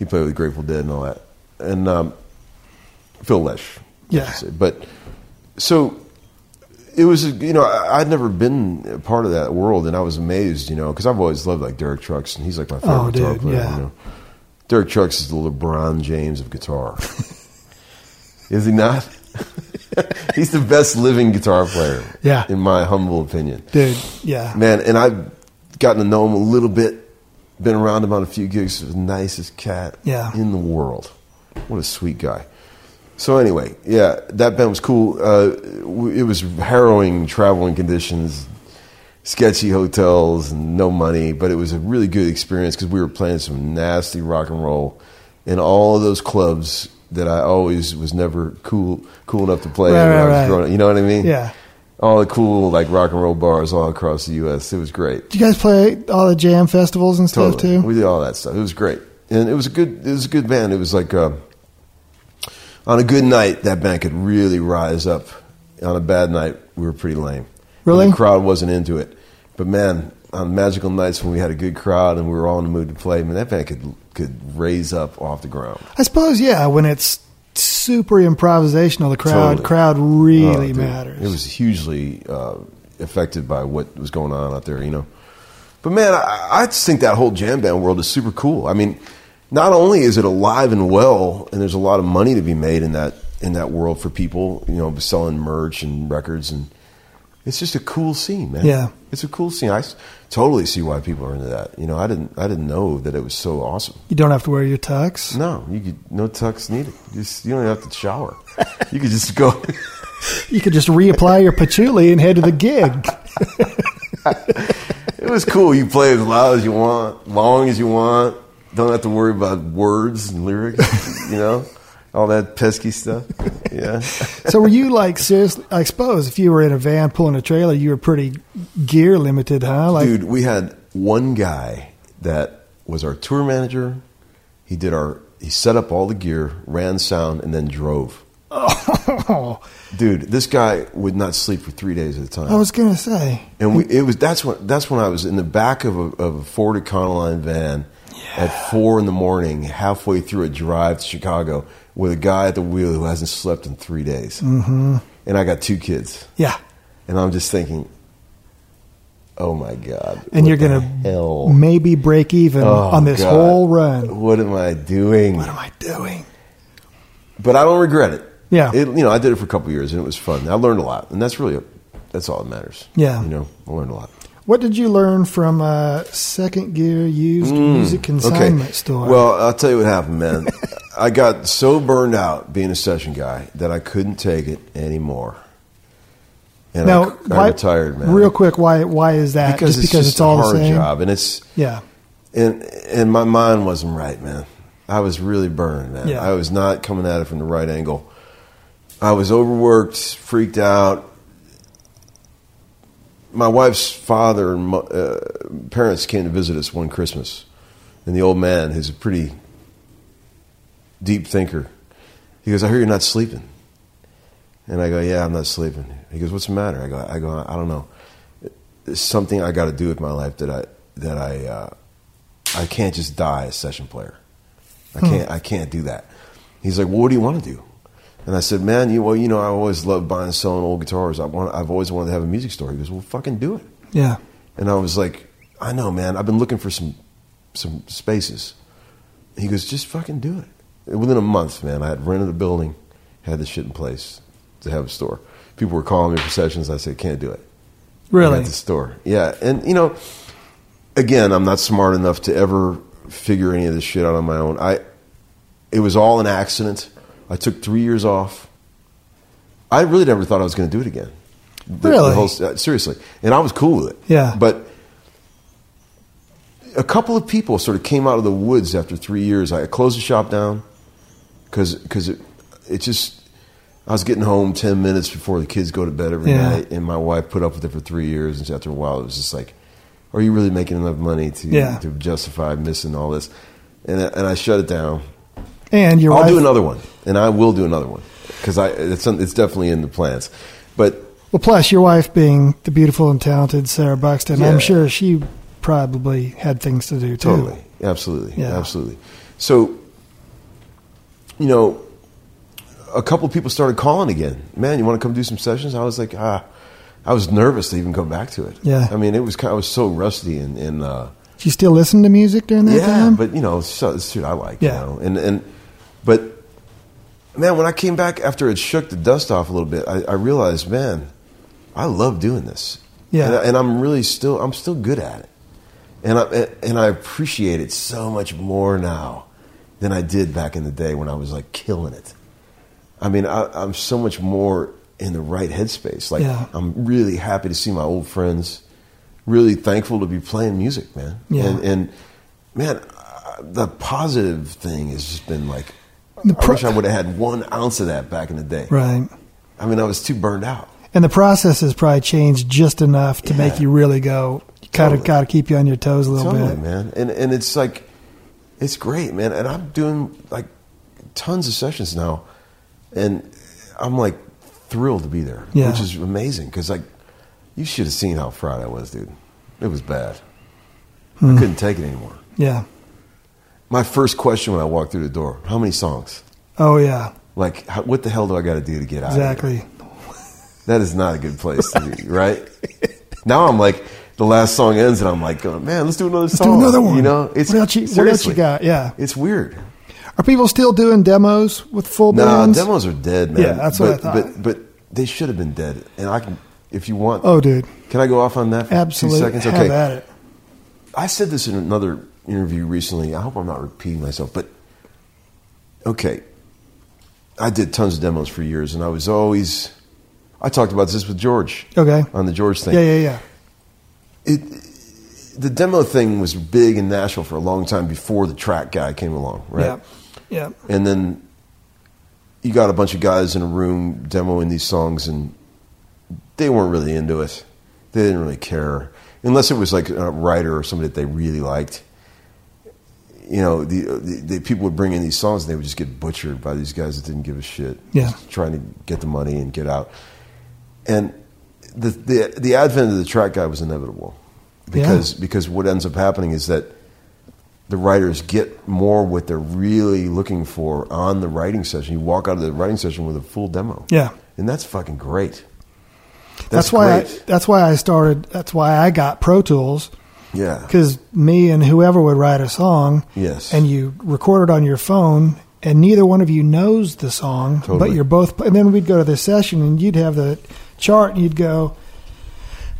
Speaker 2: he played with Grateful Dead and all that, and um, Phil Lesh. I
Speaker 1: Yeah.
Speaker 2: should say. but so it was you know I, I'd never been a part of that world, and I was amazed, you know, because I've always loved like Derek Trucks, and he's like my favorite
Speaker 1: Oh,
Speaker 2: guitar
Speaker 1: dude,
Speaker 2: player.
Speaker 1: yeah.
Speaker 2: You know? Derek Trucks is the LeBron James of guitar. is he not? he's the best living guitar player.
Speaker 1: Yeah.
Speaker 2: in my humble opinion
Speaker 1: Dude, yeah.
Speaker 2: man. And I've gotten to know him a little bit, been around him on a few gigs. He's the nicest cat
Speaker 1: Yeah.
Speaker 2: in the world. What a sweet guy. So anyway, yeah, that band was cool. Uh, w- it was harrowing traveling conditions, sketchy hotels, and no money, but it was a really good experience because we were playing some nasty rock and roll in all of those clubs that I always was never cool cool enough to play
Speaker 1: Right,
Speaker 2: in when
Speaker 1: right,
Speaker 2: I was
Speaker 1: right.
Speaker 2: growing up. You know what I mean?
Speaker 1: Yeah.
Speaker 2: all the cool like rock and roll bars all across the U.S. It was great.
Speaker 1: Do you guys play all the jam festivals and stuff
Speaker 2: Totally,
Speaker 1: too?
Speaker 2: we did all that stuff. It was great, and it was a good. It was a good band. It was like uh, on a good night, that band could really rise up. On a bad night, we were pretty lame.
Speaker 1: Really?
Speaker 2: And the crowd wasn't into it. But man, on magical nights when we had a good crowd and we were all in the mood to play, man, that band could could raise up off the ground.
Speaker 1: I suppose, yeah, when it's super improvisational, the crowd
Speaker 2: Totally.
Speaker 1: crowd
Speaker 2: Oh,
Speaker 1: really
Speaker 2: dude,
Speaker 1: matters.
Speaker 2: It was hugely uh, affected by what was going on out there, you know. But man, I, I just think that whole jam band world is super cool. I mean, not only is it alive and well, and there's a lot of money to be made in that in that world for people, you know, selling merch and records, and it's just a cool scene, man.
Speaker 1: Yeah.
Speaker 2: it's a cool scene. I s- totally see why people are into that. You know, I didn't I didn't know that it was so awesome.
Speaker 1: you don't have to wear your tux.
Speaker 2: No, you could no tux needed. Just you don't even have to shower. You could just go.
Speaker 1: You could just reapply your patchouli and head to the gig.
Speaker 2: It was cool. You play as loud as you want, long as you want. Don't have to worry about words and lyrics, you know, all that pesky stuff. Yeah.
Speaker 1: so were you like seriously? I suppose if you were in a van pulling a trailer, you were pretty gear limited, huh? Like,
Speaker 2: Dude, we had one guy that was our tour manager. He did our, he set up all the gear, ran sound, and then drove.
Speaker 1: oh,
Speaker 2: Dude, this guy would not sleep for three days at a time.
Speaker 1: I was gonna say,
Speaker 2: And we, it was that's when that's when I was in the back of a, of a Ford Econoline van at four in the morning, halfway through a drive to Chicago, with a guy at the wheel who hasn't slept in three days, mm-hmm. and I got two kids,
Speaker 1: yeah,
Speaker 2: and I'm just thinking, oh my god,
Speaker 1: and
Speaker 2: what
Speaker 1: you're
Speaker 2: the
Speaker 1: gonna
Speaker 2: hell
Speaker 1: maybe break even
Speaker 2: Oh,
Speaker 1: on this
Speaker 2: God.
Speaker 1: whole run.
Speaker 2: What am I doing?
Speaker 1: What am I doing?
Speaker 2: but I don't regret it.
Speaker 1: Yeah.
Speaker 2: it, you know, I did it for a couple years, and it was fun. I learned a lot, and that's really that's all that matters.
Speaker 1: Yeah.
Speaker 2: you know, I learned a lot.
Speaker 1: What did you learn from uh, second gear used music consignment store?
Speaker 2: Mm, Well, I'll tell you what happened, man. I got so burned out being a session guy that I couldn't take it anymore. And I-
Speaker 1: now
Speaker 2: I,
Speaker 1: why-
Speaker 2: retired, man.
Speaker 1: Real quick, why why is that?
Speaker 2: because
Speaker 1: just
Speaker 2: it's
Speaker 1: because
Speaker 2: just
Speaker 1: it's all
Speaker 2: a
Speaker 1: the
Speaker 2: hard
Speaker 1: same.
Speaker 2: job, and it's
Speaker 1: Yeah,
Speaker 2: and and my mind wasn't right, man. I was really burned, man.
Speaker 1: Yeah.
Speaker 2: I was not coming at it from the right angle. I was overworked, freaked out. My wife's father and mo- uh, parents came to visit us one Christmas, and the old man, who's a pretty deep thinker, he goes, "I hear you're not sleeping." And I go, "Yeah, I'm not sleeping." He goes, "What's the matter?" I go, "I go, I don't know. It's something I got to do with my life that I that I uh, I can't just die a session player. I can't I can't do that." He's like, "Well, what do you want to do?" And I said, "Man, you well, you know, I always loved buying and selling old guitars. I want I've always wanted to have a music store." He goes, "Well, fucking do it."
Speaker 1: Yeah.
Speaker 2: And I was like, I know, man. I've been looking for some some spaces. He goes, just fucking do it. And within a month, man, I had rented a building, had the shit in place to have a store. People were calling me for sessions. I said, can't do it.
Speaker 1: Really?
Speaker 2: At the store. Yeah. And, you know, again, I'm not smart enough to ever figure any of this shit out on my own. I, it was all an accident. I took three years off. I really never thought I was going to do it again. The- the
Speaker 1: Really?
Speaker 2: whole- uh, seriously. And I was cool with it.
Speaker 1: Yeah.
Speaker 2: But a couple of people sort of came out of the woods after three years. I closed the shop down because it, it just, I was getting home 10 minutes before the kids go to bed every
Speaker 1: Yeah.
Speaker 2: night. And my wife put up with it for three years. And after a while, it was just like, are you really making enough money to,
Speaker 1: Yeah.
Speaker 2: to justify missing all this? And, I- and I shut it down.
Speaker 1: And your
Speaker 2: I'll
Speaker 1: wife.
Speaker 2: do another one. And I will do another one because it's, some- it's definitely in the plans. But
Speaker 1: Well, plus your wife being the beautiful and talented Sarah Buxton,
Speaker 2: Yeah.
Speaker 1: I'm sure she probably had things to do too.
Speaker 2: Totally. Absolutely.
Speaker 1: Yeah.
Speaker 2: Absolutely. So, you know, a couple people started calling again. Man, you want to come do some sessions? I was like, ah, I was nervous to even come back to it.
Speaker 1: Yeah.
Speaker 2: I mean, it was kind I was so rusty and, and uh,
Speaker 1: Did you still listen to music during that
Speaker 2: yeah,
Speaker 1: time?
Speaker 2: but you know, so, it's shit I like.
Speaker 1: Yeah.
Speaker 2: You know? And and but man, when I came back after it shook the dust off a little bit, I, I realized, man, I love doing this.
Speaker 1: Yeah.
Speaker 2: And, I- and I'm really still I'm still good at it. And I and I appreciate it so much more now than I did back in the day when I was like killing it. I mean, I, I'm so much more in the right headspace. Like,
Speaker 1: Yeah.
Speaker 2: I'm really happy to see my old friends. Really thankful to be playing music, man.
Speaker 1: Yeah.
Speaker 2: And, and man, uh, the positive thing has just been like,
Speaker 1: The pro-
Speaker 2: I wish I would have had one ounce of that back in the day.
Speaker 1: right.
Speaker 2: I mean, I was too burned out.
Speaker 1: And the process has probably changed just enough to make
Speaker 2: Yeah.
Speaker 1: you really go. You kind of
Speaker 2: Totally.
Speaker 1: got to keep you on your toes a little
Speaker 2: Totally,
Speaker 1: bit.
Speaker 2: man. And and it's like, it's great, man. And I'm doing like tons of sessions now, and I'm like thrilled to be there,
Speaker 1: Yeah.
Speaker 2: which is amazing. Because like, you should have seen how fried I was, dude. It was bad.
Speaker 1: Hmm.
Speaker 2: I couldn't take it anymore.
Speaker 1: Yeah.
Speaker 2: My first question when I walked through the door: How many songs?
Speaker 1: Oh yeah.
Speaker 2: Like, how, what the hell do I got to do to get out? of here?
Speaker 1: Exactly.
Speaker 2: That is not a good place to be, right? now I'm like, the last song ends, and I'm like, going, man, let's do another
Speaker 1: Let's
Speaker 2: song.
Speaker 1: do another one.
Speaker 2: You know, it's
Speaker 1: what else you, what else
Speaker 2: seriously,
Speaker 1: you got? Yeah.
Speaker 2: It's weird.
Speaker 1: Are people still doing demos with full
Speaker 2: Nah,
Speaker 1: bands?
Speaker 2: demos are dead, man.
Speaker 1: Yeah, that's
Speaker 2: but,
Speaker 1: what I thought.
Speaker 2: But but they should have been dead. And I can, if you want,
Speaker 1: Oh, dude.
Speaker 2: can I go off on that for
Speaker 1: Absolutely.
Speaker 2: two seconds?
Speaker 1: Have
Speaker 2: Okay,
Speaker 1: at it.
Speaker 2: I said this in another interview recently. I hope I'm not repeating myself, but okay. I did tons of demos for years, and I was always. I talked about this with George.
Speaker 1: Okay.
Speaker 2: On the George thing
Speaker 1: Yeah, yeah, yeah.
Speaker 2: it, the demo thing was big in Nashville for a long time before the track guy came along, right?
Speaker 1: Yeah. Yeah.
Speaker 2: And then you got a bunch of guys in a room demoing these songs, and they weren't really into it. They didn't really care, unless it was like a writer or somebody that they really liked. You know, the, the, the people would bring in these songs, and they would just get butchered by these guys that didn't give a shit,
Speaker 1: Yeah.
Speaker 2: just trying to get the money and get out. And the the, the advent of the track guy was inevitable because because what ends up happening is that the writers get more what they're really looking for on the writing session. You walk out of the writing session with a full demo.
Speaker 1: Yeah.
Speaker 2: And that's fucking great. That's,
Speaker 1: That's, why. I,
Speaker 2: great.
Speaker 1: that's why I started. That's why I got Pro Tools
Speaker 2: yeah.
Speaker 1: because me and whoever would write a song.
Speaker 2: Yes.
Speaker 1: And you record it on your phone, and neither one of you knows the song, but
Speaker 2: Totally.
Speaker 1: you're both. And then we'd go to the session, and you'd have the chart, and you'd go.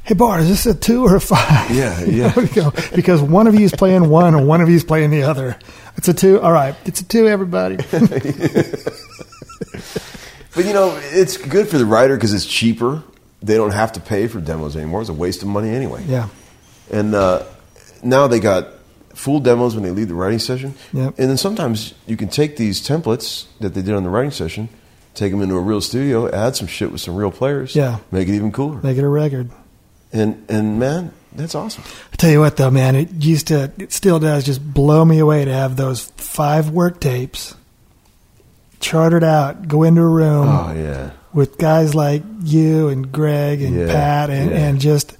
Speaker 1: Hey Bart, is this a two or a five?
Speaker 2: Yeah,
Speaker 1: You
Speaker 2: yeah.
Speaker 1: know, we'd go, because one of you is playing one, and one of you is playing the other. It's a two. All right, it's a two. Everybody.
Speaker 2: But you know, it's good for the writer because it's cheaper. They don't have to pay for demos anymore. It's a waste of money anyway.
Speaker 1: yeah.
Speaker 2: And uh, now they got full demos when they leave the writing session.
Speaker 1: Yep.
Speaker 2: And then sometimes you can take these templates that they did on the writing session, take them into a real studio, add some shit with some real players.
Speaker 1: Yeah.
Speaker 2: Make it even cooler.
Speaker 1: Make it a record.
Speaker 2: And and man, that's awesome.
Speaker 1: I tell you what, though, man, it used to, it still does just blow me away to have those five work tapes chartered out, go into a room
Speaker 2: Oh yeah.
Speaker 1: with guys like you and Greg and
Speaker 2: Yeah,
Speaker 1: Pat, and,
Speaker 2: yeah.
Speaker 1: and just,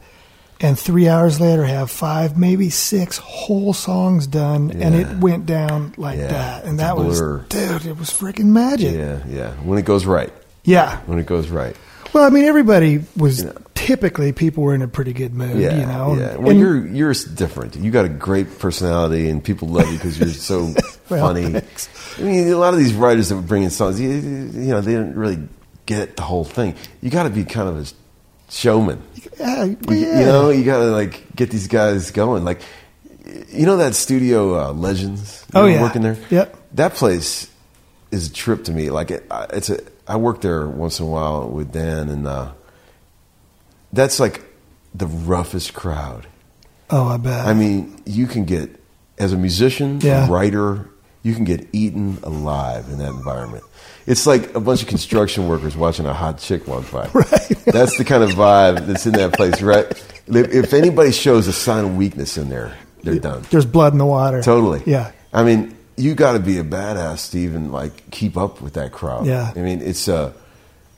Speaker 1: and three hours later have five, maybe six whole songs done, and it
Speaker 2: Yeah.
Speaker 1: went down like
Speaker 2: Yeah,
Speaker 1: that.
Speaker 2: it's
Speaker 1: And
Speaker 2: a
Speaker 1: that was,
Speaker 2: blur.
Speaker 1: dude, it was freaking magic.
Speaker 2: Yeah, yeah. When it goes right.
Speaker 1: yeah.
Speaker 2: When it goes right.
Speaker 1: Well, I mean, everybody was
Speaker 2: Yeah.
Speaker 1: typically people were in a pretty good mood,
Speaker 2: Yeah,
Speaker 1: you know.
Speaker 2: yeah. Well,
Speaker 1: And-
Speaker 2: you're you're different. You got a great personality, and people love you because you're so
Speaker 1: Well,
Speaker 2: funny.
Speaker 1: thanks.
Speaker 2: I mean, a lot of these writers that would bring in songs, you, you know, they didn't really get the whole thing. You got to be kind of a showman.
Speaker 1: yeah,
Speaker 2: You-
Speaker 1: yeah.
Speaker 2: You know, you got to like get these guys going. Like, you know that studio uh, Legends. You
Speaker 1: Oh,
Speaker 2: know,
Speaker 1: yeah.
Speaker 2: working there.
Speaker 1: Yep.
Speaker 2: That place is a trip to me. Like, it, I- it's a. I work there once in a while with Dan, and uh, that's like the roughest crowd.
Speaker 1: Oh, I bet.
Speaker 2: I mean, you can get as a musician,
Speaker 1: Yeah.
Speaker 2: a writer, you can get eaten alive in that environment. It's like a bunch of construction workers watching a hot chick on fire.
Speaker 1: Right.
Speaker 2: That's the kind of vibe that's in that place, right? If if anybody shows a sign of weakness in there, they're done.
Speaker 1: there's blood in the water.
Speaker 2: Totally.
Speaker 1: Yeah.
Speaker 2: I mean, you got to be a badass to even like keep up with that crowd.
Speaker 1: Yeah.
Speaker 2: I mean, it's uh,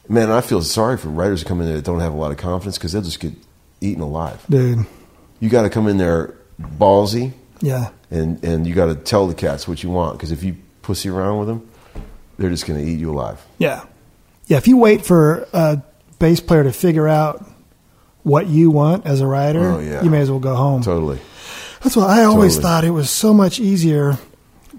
Speaker 2: man, I feel sorry for writers coming in there that don't have a lot of confidence because they'll just get eaten alive.
Speaker 1: Dude.
Speaker 2: You got to come in there ballsy
Speaker 1: Yeah.
Speaker 2: and and you got to tell the cats what you want because if you pussy around with them, they're just going to eat you alive.
Speaker 1: Yeah. Yeah. If you wait for a bass player to figure out what you want as a writer,
Speaker 2: Oh, yeah.
Speaker 1: you may as well go home.
Speaker 2: Totally.
Speaker 1: That's why I always
Speaker 2: Totally.
Speaker 1: thought it was so much easier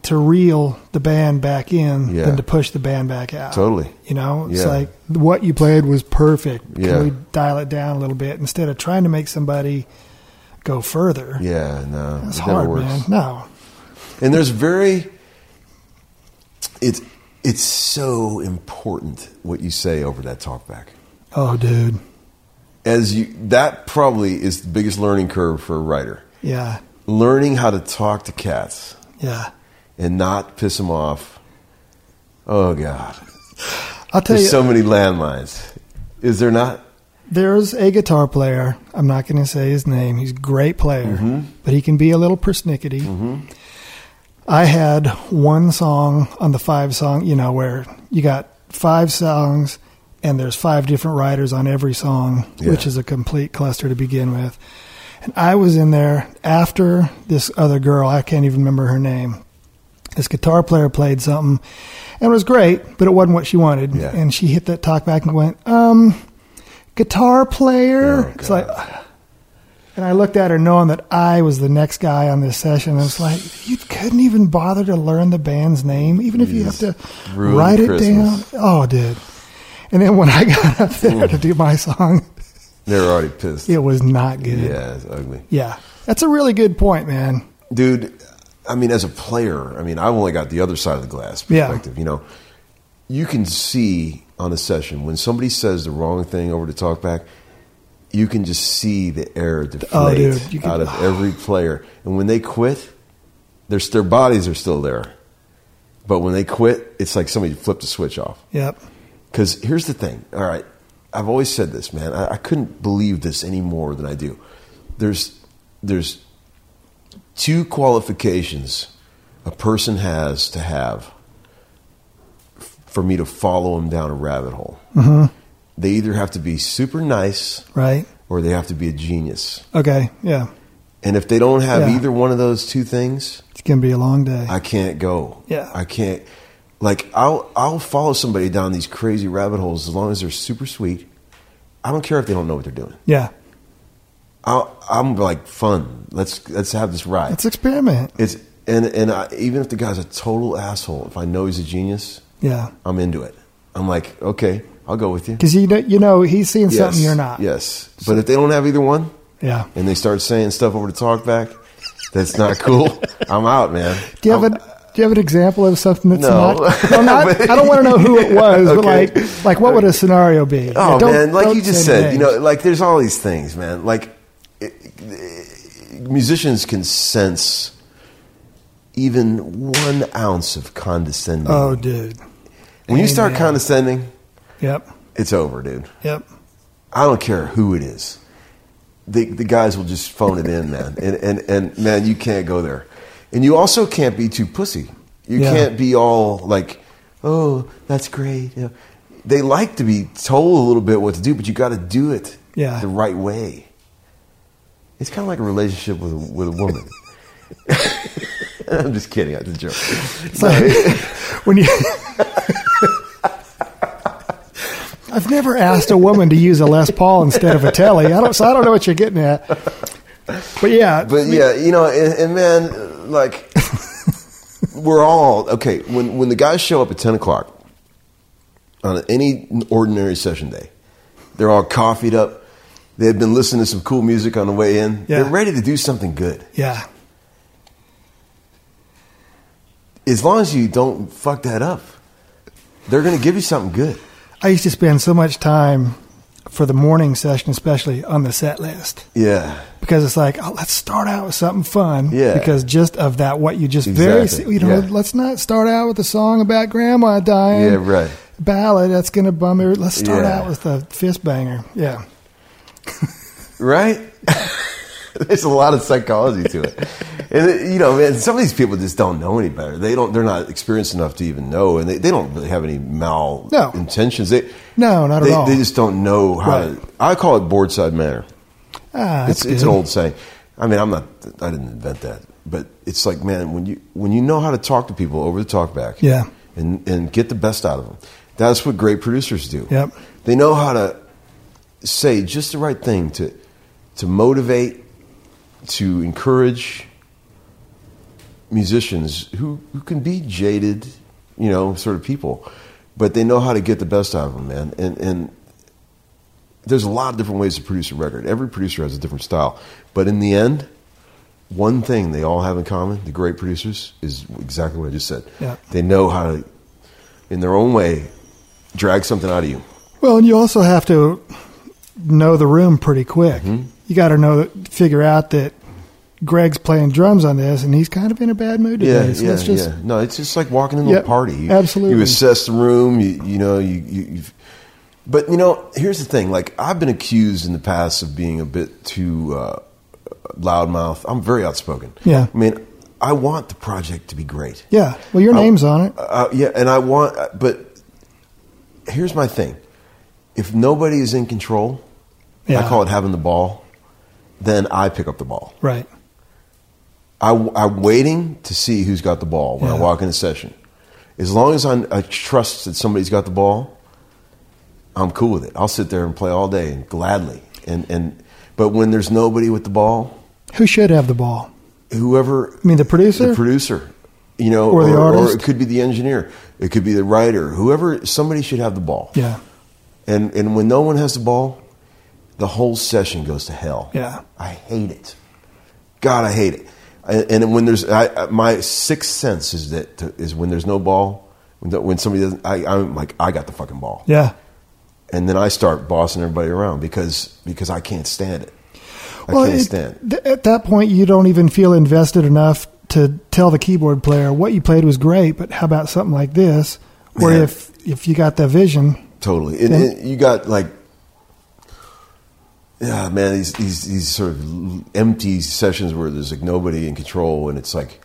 Speaker 1: to reel the band back in
Speaker 2: Yeah.
Speaker 1: than to push the band back out.
Speaker 2: Totally.
Speaker 1: You know, it's
Speaker 2: Yeah.
Speaker 1: like what you played was perfect. Can
Speaker 2: Yeah.
Speaker 1: we dial it down a little bit instead of trying to make somebody go further?
Speaker 2: Yeah. No.
Speaker 1: That's
Speaker 2: it never
Speaker 1: hard,
Speaker 2: works.
Speaker 1: man. No.
Speaker 2: And there's very. It's it's so important what you say over that talkback.
Speaker 1: Oh, dude.
Speaker 2: As you that probably is the biggest learning curve for a writer.
Speaker 1: Yeah.
Speaker 2: Learning how to talk to cats
Speaker 1: Yeah.
Speaker 2: and not piss them off. Oh God,
Speaker 1: I'll tell
Speaker 2: there's
Speaker 1: you,
Speaker 2: so many landmines. Is there not?
Speaker 1: there's a guitar player. I'm not going to say his name. He's a great player,
Speaker 2: Mm-hmm.
Speaker 1: but he can be a little persnickety. I had one song on the five song, you know, where you got five songs and there's five different writers on every song,
Speaker 2: Yeah.
Speaker 1: which is a complete cluster to begin with. And I was in there after this other girl, I can't even remember her name. This guitar player played something and it was great, but it wasn't what she wanted.
Speaker 2: Yeah.
Speaker 1: And she hit that talk back and went, um, guitar player.
Speaker 2: Oh,
Speaker 1: it's
Speaker 2: God.
Speaker 1: like, and I looked at her knowing that I was the next guy on this session. I was like, you couldn't even bother to learn the band's name, even if you,
Speaker 2: You
Speaker 1: have to
Speaker 2: just ruined
Speaker 1: write it down.
Speaker 2: Christmas.
Speaker 1: Oh, dude. And then when I got up there to do my song,
Speaker 2: They're already pissed.
Speaker 1: it was not good.
Speaker 2: Yeah, it's ugly.
Speaker 1: Yeah. That's a really good point, man.
Speaker 2: Dude, I mean, as a player, I mean, I've only got the other side of the glass
Speaker 1: Yeah.
Speaker 2: perspective, you know. You can see on a session when somebody says the wrong thing over the talkback, you can just see the air deflate
Speaker 1: Oh, dude, you can-
Speaker 2: out of every player. And when they quit, their, their bodies are still there. But when they quit, it's like somebody flipped the switch off.
Speaker 1: Yep.
Speaker 2: Because here's the thing. All right. I've always said this, man. I, I couldn't believe this any more than I do. There's, there's two qualifications a person has to have f- for me to follow them down a rabbit hole. They either have to be super nice
Speaker 1: Right.
Speaker 2: or they have to be a genius.
Speaker 1: Okay. Yeah.
Speaker 2: And if they don't have
Speaker 1: Yeah.
Speaker 2: either one of those two things,
Speaker 1: It's going to be a long day.
Speaker 2: I can't go.
Speaker 1: Yeah.
Speaker 2: I can't. Like I'll I'll follow somebody down these crazy rabbit holes as long as they're super sweet. I don't care if they don't know what they're doing.
Speaker 1: yeah.
Speaker 2: I'll, I'm like fun. Let's let's have this ride.
Speaker 1: Let's experiment.
Speaker 2: It's and and I, even if the guy's a total asshole, if I know he's a genius,
Speaker 1: Yeah.
Speaker 2: I'm into it. I'm like, okay, I'll go with you.
Speaker 1: Because you know, you know he's seeing something you're not.
Speaker 2: Yes, but if they don't have either one,
Speaker 1: Yeah.
Speaker 2: and they start saying stuff over the talkback, that's not cool. I'm out, man.
Speaker 1: Do you have
Speaker 2: I'm-
Speaker 1: an Do you have an example of something that's
Speaker 2: Oh. No.
Speaker 1: not? Well, not I don't want to know who it was, but
Speaker 2: Okay.
Speaker 1: like, like what would a scenario be? Yeah,
Speaker 2: Oh
Speaker 1: don't-
Speaker 2: man, like
Speaker 1: don't
Speaker 2: you just
Speaker 1: say
Speaker 2: said, you know,
Speaker 1: names.
Speaker 2: like there's all these things, man. Like it, it- musicians can sense even one ounce of condescending.
Speaker 1: Oh, dude.
Speaker 2: when you start
Speaker 1: amen.
Speaker 2: condescending,
Speaker 1: Yep.
Speaker 2: it's over, dude.
Speaker 1: Yep.
Speaker 2: I don't care who it is. The, the guys will just phone it in, man. And, and, and man, you can't go there. And you also can't be too pussy. You
Speaker 1: Yeah.
Speaker 2: can't be all like, oh, that's great. You know, They like to be told a little bit what to do, but you got to do it
Speaker 1: Yeah.
Speaker 2: the right way. It's kind of like a relationship with a, with a woman. I'm just kidding. That's a joke. No,
Speaker 1: When you. I've never asked a woman to use a Les Paul instead of a telly. I don't, so I don't know what you're getting at. But yeah,
Speaker 2: But yeah, you know, and, and man, like we're all okay. When when the guys show up at ten o'clock on any ordinary session day, they're all coffeed up. They've been listening to some cool music on the way in.
Speaker 1: Yeah.
Speaker 2: They're ready to do something good.
Speaker 1: yeah,
Speaker 2: As long as you don't fuck that up, they're going to give you something good.
Speaker 1: I used to spend so much time for the morning session, especially on the set list,
Speaker 2: Yeah,
Speaker 1: because it's like, oh, let's start out with something fun.
Speaker 2: Yeah.
Speaker 1: Because just of that, what you just
Speaker 2: Exactly.
Speaker 1: very, you know,
Speaker 2: Yeah.
Speaker 1: let's not start out with a song about grandma dying.
Speaker 2: yeah, right.
Speaker 1: Ballad that's going to bum every. Let's start
Speaker 2: Yeah.
Speaker 1: out with a fist banger. Yeah.
Speaker 2: right? There's a lot of psychology to it, and it- you know, man, some of these people just don't know any better. They don't. They're not experienced enough to even know, and they, they don't really have any mal
Speaker 1: No.
Speaker 2: intentions. They
Speaker 1: No, not at
Speaker 2: they,
Speaker 1: all.
Speaker 2: They just don't know how.
Speaker 1: Right.
Speaker 2: To, I call it board side manner.
Speaker 1: Ah,
Speaker 2: It's
Speaker 1: that's
Speaker 2: it's
Speaker 1: good.
Speaker 2: an old saying. I mean, I'm not. I didn't invent that, but it's like, man, when you when you know how to talk to people over the talk back,
Speaker 1: Yeah.
Speaker 2: and and get the best out of them. That's what great producers do.
Speaker 1: Yep.
Speaker 2: They know how to say just the right thing to to motivate, to encourage musicians who, who can be jaded, you know, sort of people, but they know how to get the best out of them, man. And and there's a lot of different ways to produce a record. Every producer has a different style, but in the end, one thing they all have in common, the great producers, is exactly what I just said.
Speaker 1: Yeah.
Speaker 2: They know how to, in their own way, drag something out of you.
Speaker 1: Well, and you also have to know the room pretty quick.
Speaker 2: Mm-hmm.
Speaker 1: You got to know, figure out that Greg's playing drums on this, and he's kind of in a bad mood today. so let's just
Speaker 2: yeah. No, it's just like walking into
Speaker 1: Yeah,
Speaker 2: a party. You,
Speaker 1: absolutely.
Speaker 2: You assess the room. You, you know, you, you you've, but you know, here's the thing. Like I've been accused in the past of being a bit too uh, loudmouth. I'm very outspoken.
Speaker 1: Yeah.
Speaker 2: I mean, I want the project to be great.
Speaker 1: yeah. Well, your
Speaker 2: I-
Speaker 1: name's on it.
Speaker 2: Uh, yeah, and I want, but here's my thing: if nobody is in control,
Speaker 1: Yeah.
Speaker 2: I call it having the ball. Then I pick up the ball.
Speaker 1: Right.
Speaker 2: I, am waiting to see who's got the ball when I
Speaker 1: Yeah.
Speaker 2: walk in a session. As long as I'm, I trust that somebody's got the ball, I'm cool with it. I'll sit there and play all day and gladly. And, and but when there's nobody with the ball,
Speaker 1: Who should have the ball?
Speaker 2: whoever
Speaker 1: I mean, the producer?
Speaker 2: the producer, you know,
Speaker 1: Or the
Speaker 2: or
Speaker 1: artist?
Speaker 2: it could be the engineer, it could be the writer, whoever. Somebody should have the ball.
Speaker 1: Yeah.
Speaker 2: And and when no one has the ball, the whole session goes to hell.
Speaker 1: Yeah.
Speaker 2: I hate it. God, I hate it. And, and when there's I, I- my sixth sense is that to, is when there's no ball, when, the- when somebody doesn't, I, I'm like I got the fucking ball,
Speaker 1: Yeah.
Speaker 2: and then I start bossing everybody around because because I can't stand it. I can't
Speaker 1: it-
Speaker 2: stand. it.
Speaker 1: th- at that point, you don't even feel invested enough to tell the keyboard player what you played was great, but how about something like this? Or
Speaker 2: Yeah.
Speaker 1: if if you got the vision,
Speaker 2: Totally. And,
Speaker 1: Yeah.
Speaker 2: and you got like, yeah, man, these, these, these sort of empty sessions where there's like nobody in control. And it's like,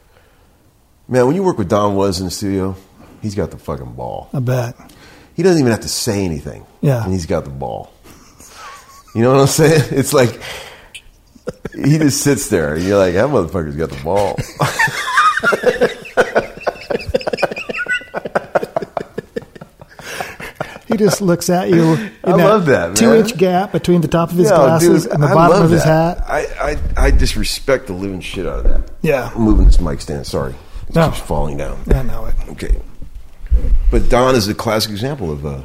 Speaker 2: man, when you work with Don Was in the studio, he's got the fucking ball.
Speaker 1: I bet.
Speaker 2: He doesn't even have to say anything.
Speaker 1: Yeah.
Speaker 2: And he's got the ball. You know what I'm saying? It's like, he just sits there and you're like, that motherfucker's got the ball.
Speaker 1: He just looks at you. In
Speaker 2: I love that, man.
Speaker 1: Two inch gap between the top of his
Speaker 2: Yeah,
Speaker 1: glasses
Speaker 2: dude,
Speaker 1: and the
Speaker 2: I
Speaker 1: bottom
Speaker 2: love
Speaker 1: of his
Speaker 2: that.
Speaker 1: hat.
Speaker 2: I, I, I disrespect the living shit out of that.
Speaker 1: Yeah.
Speaker 2: I'm moving this mic stand. Sorry. It
Speaker 1: No.
Speaker 2: keeps falling down.
Speaker 1: I know it.
Speaker 2: Okay. But Don is a classic example of a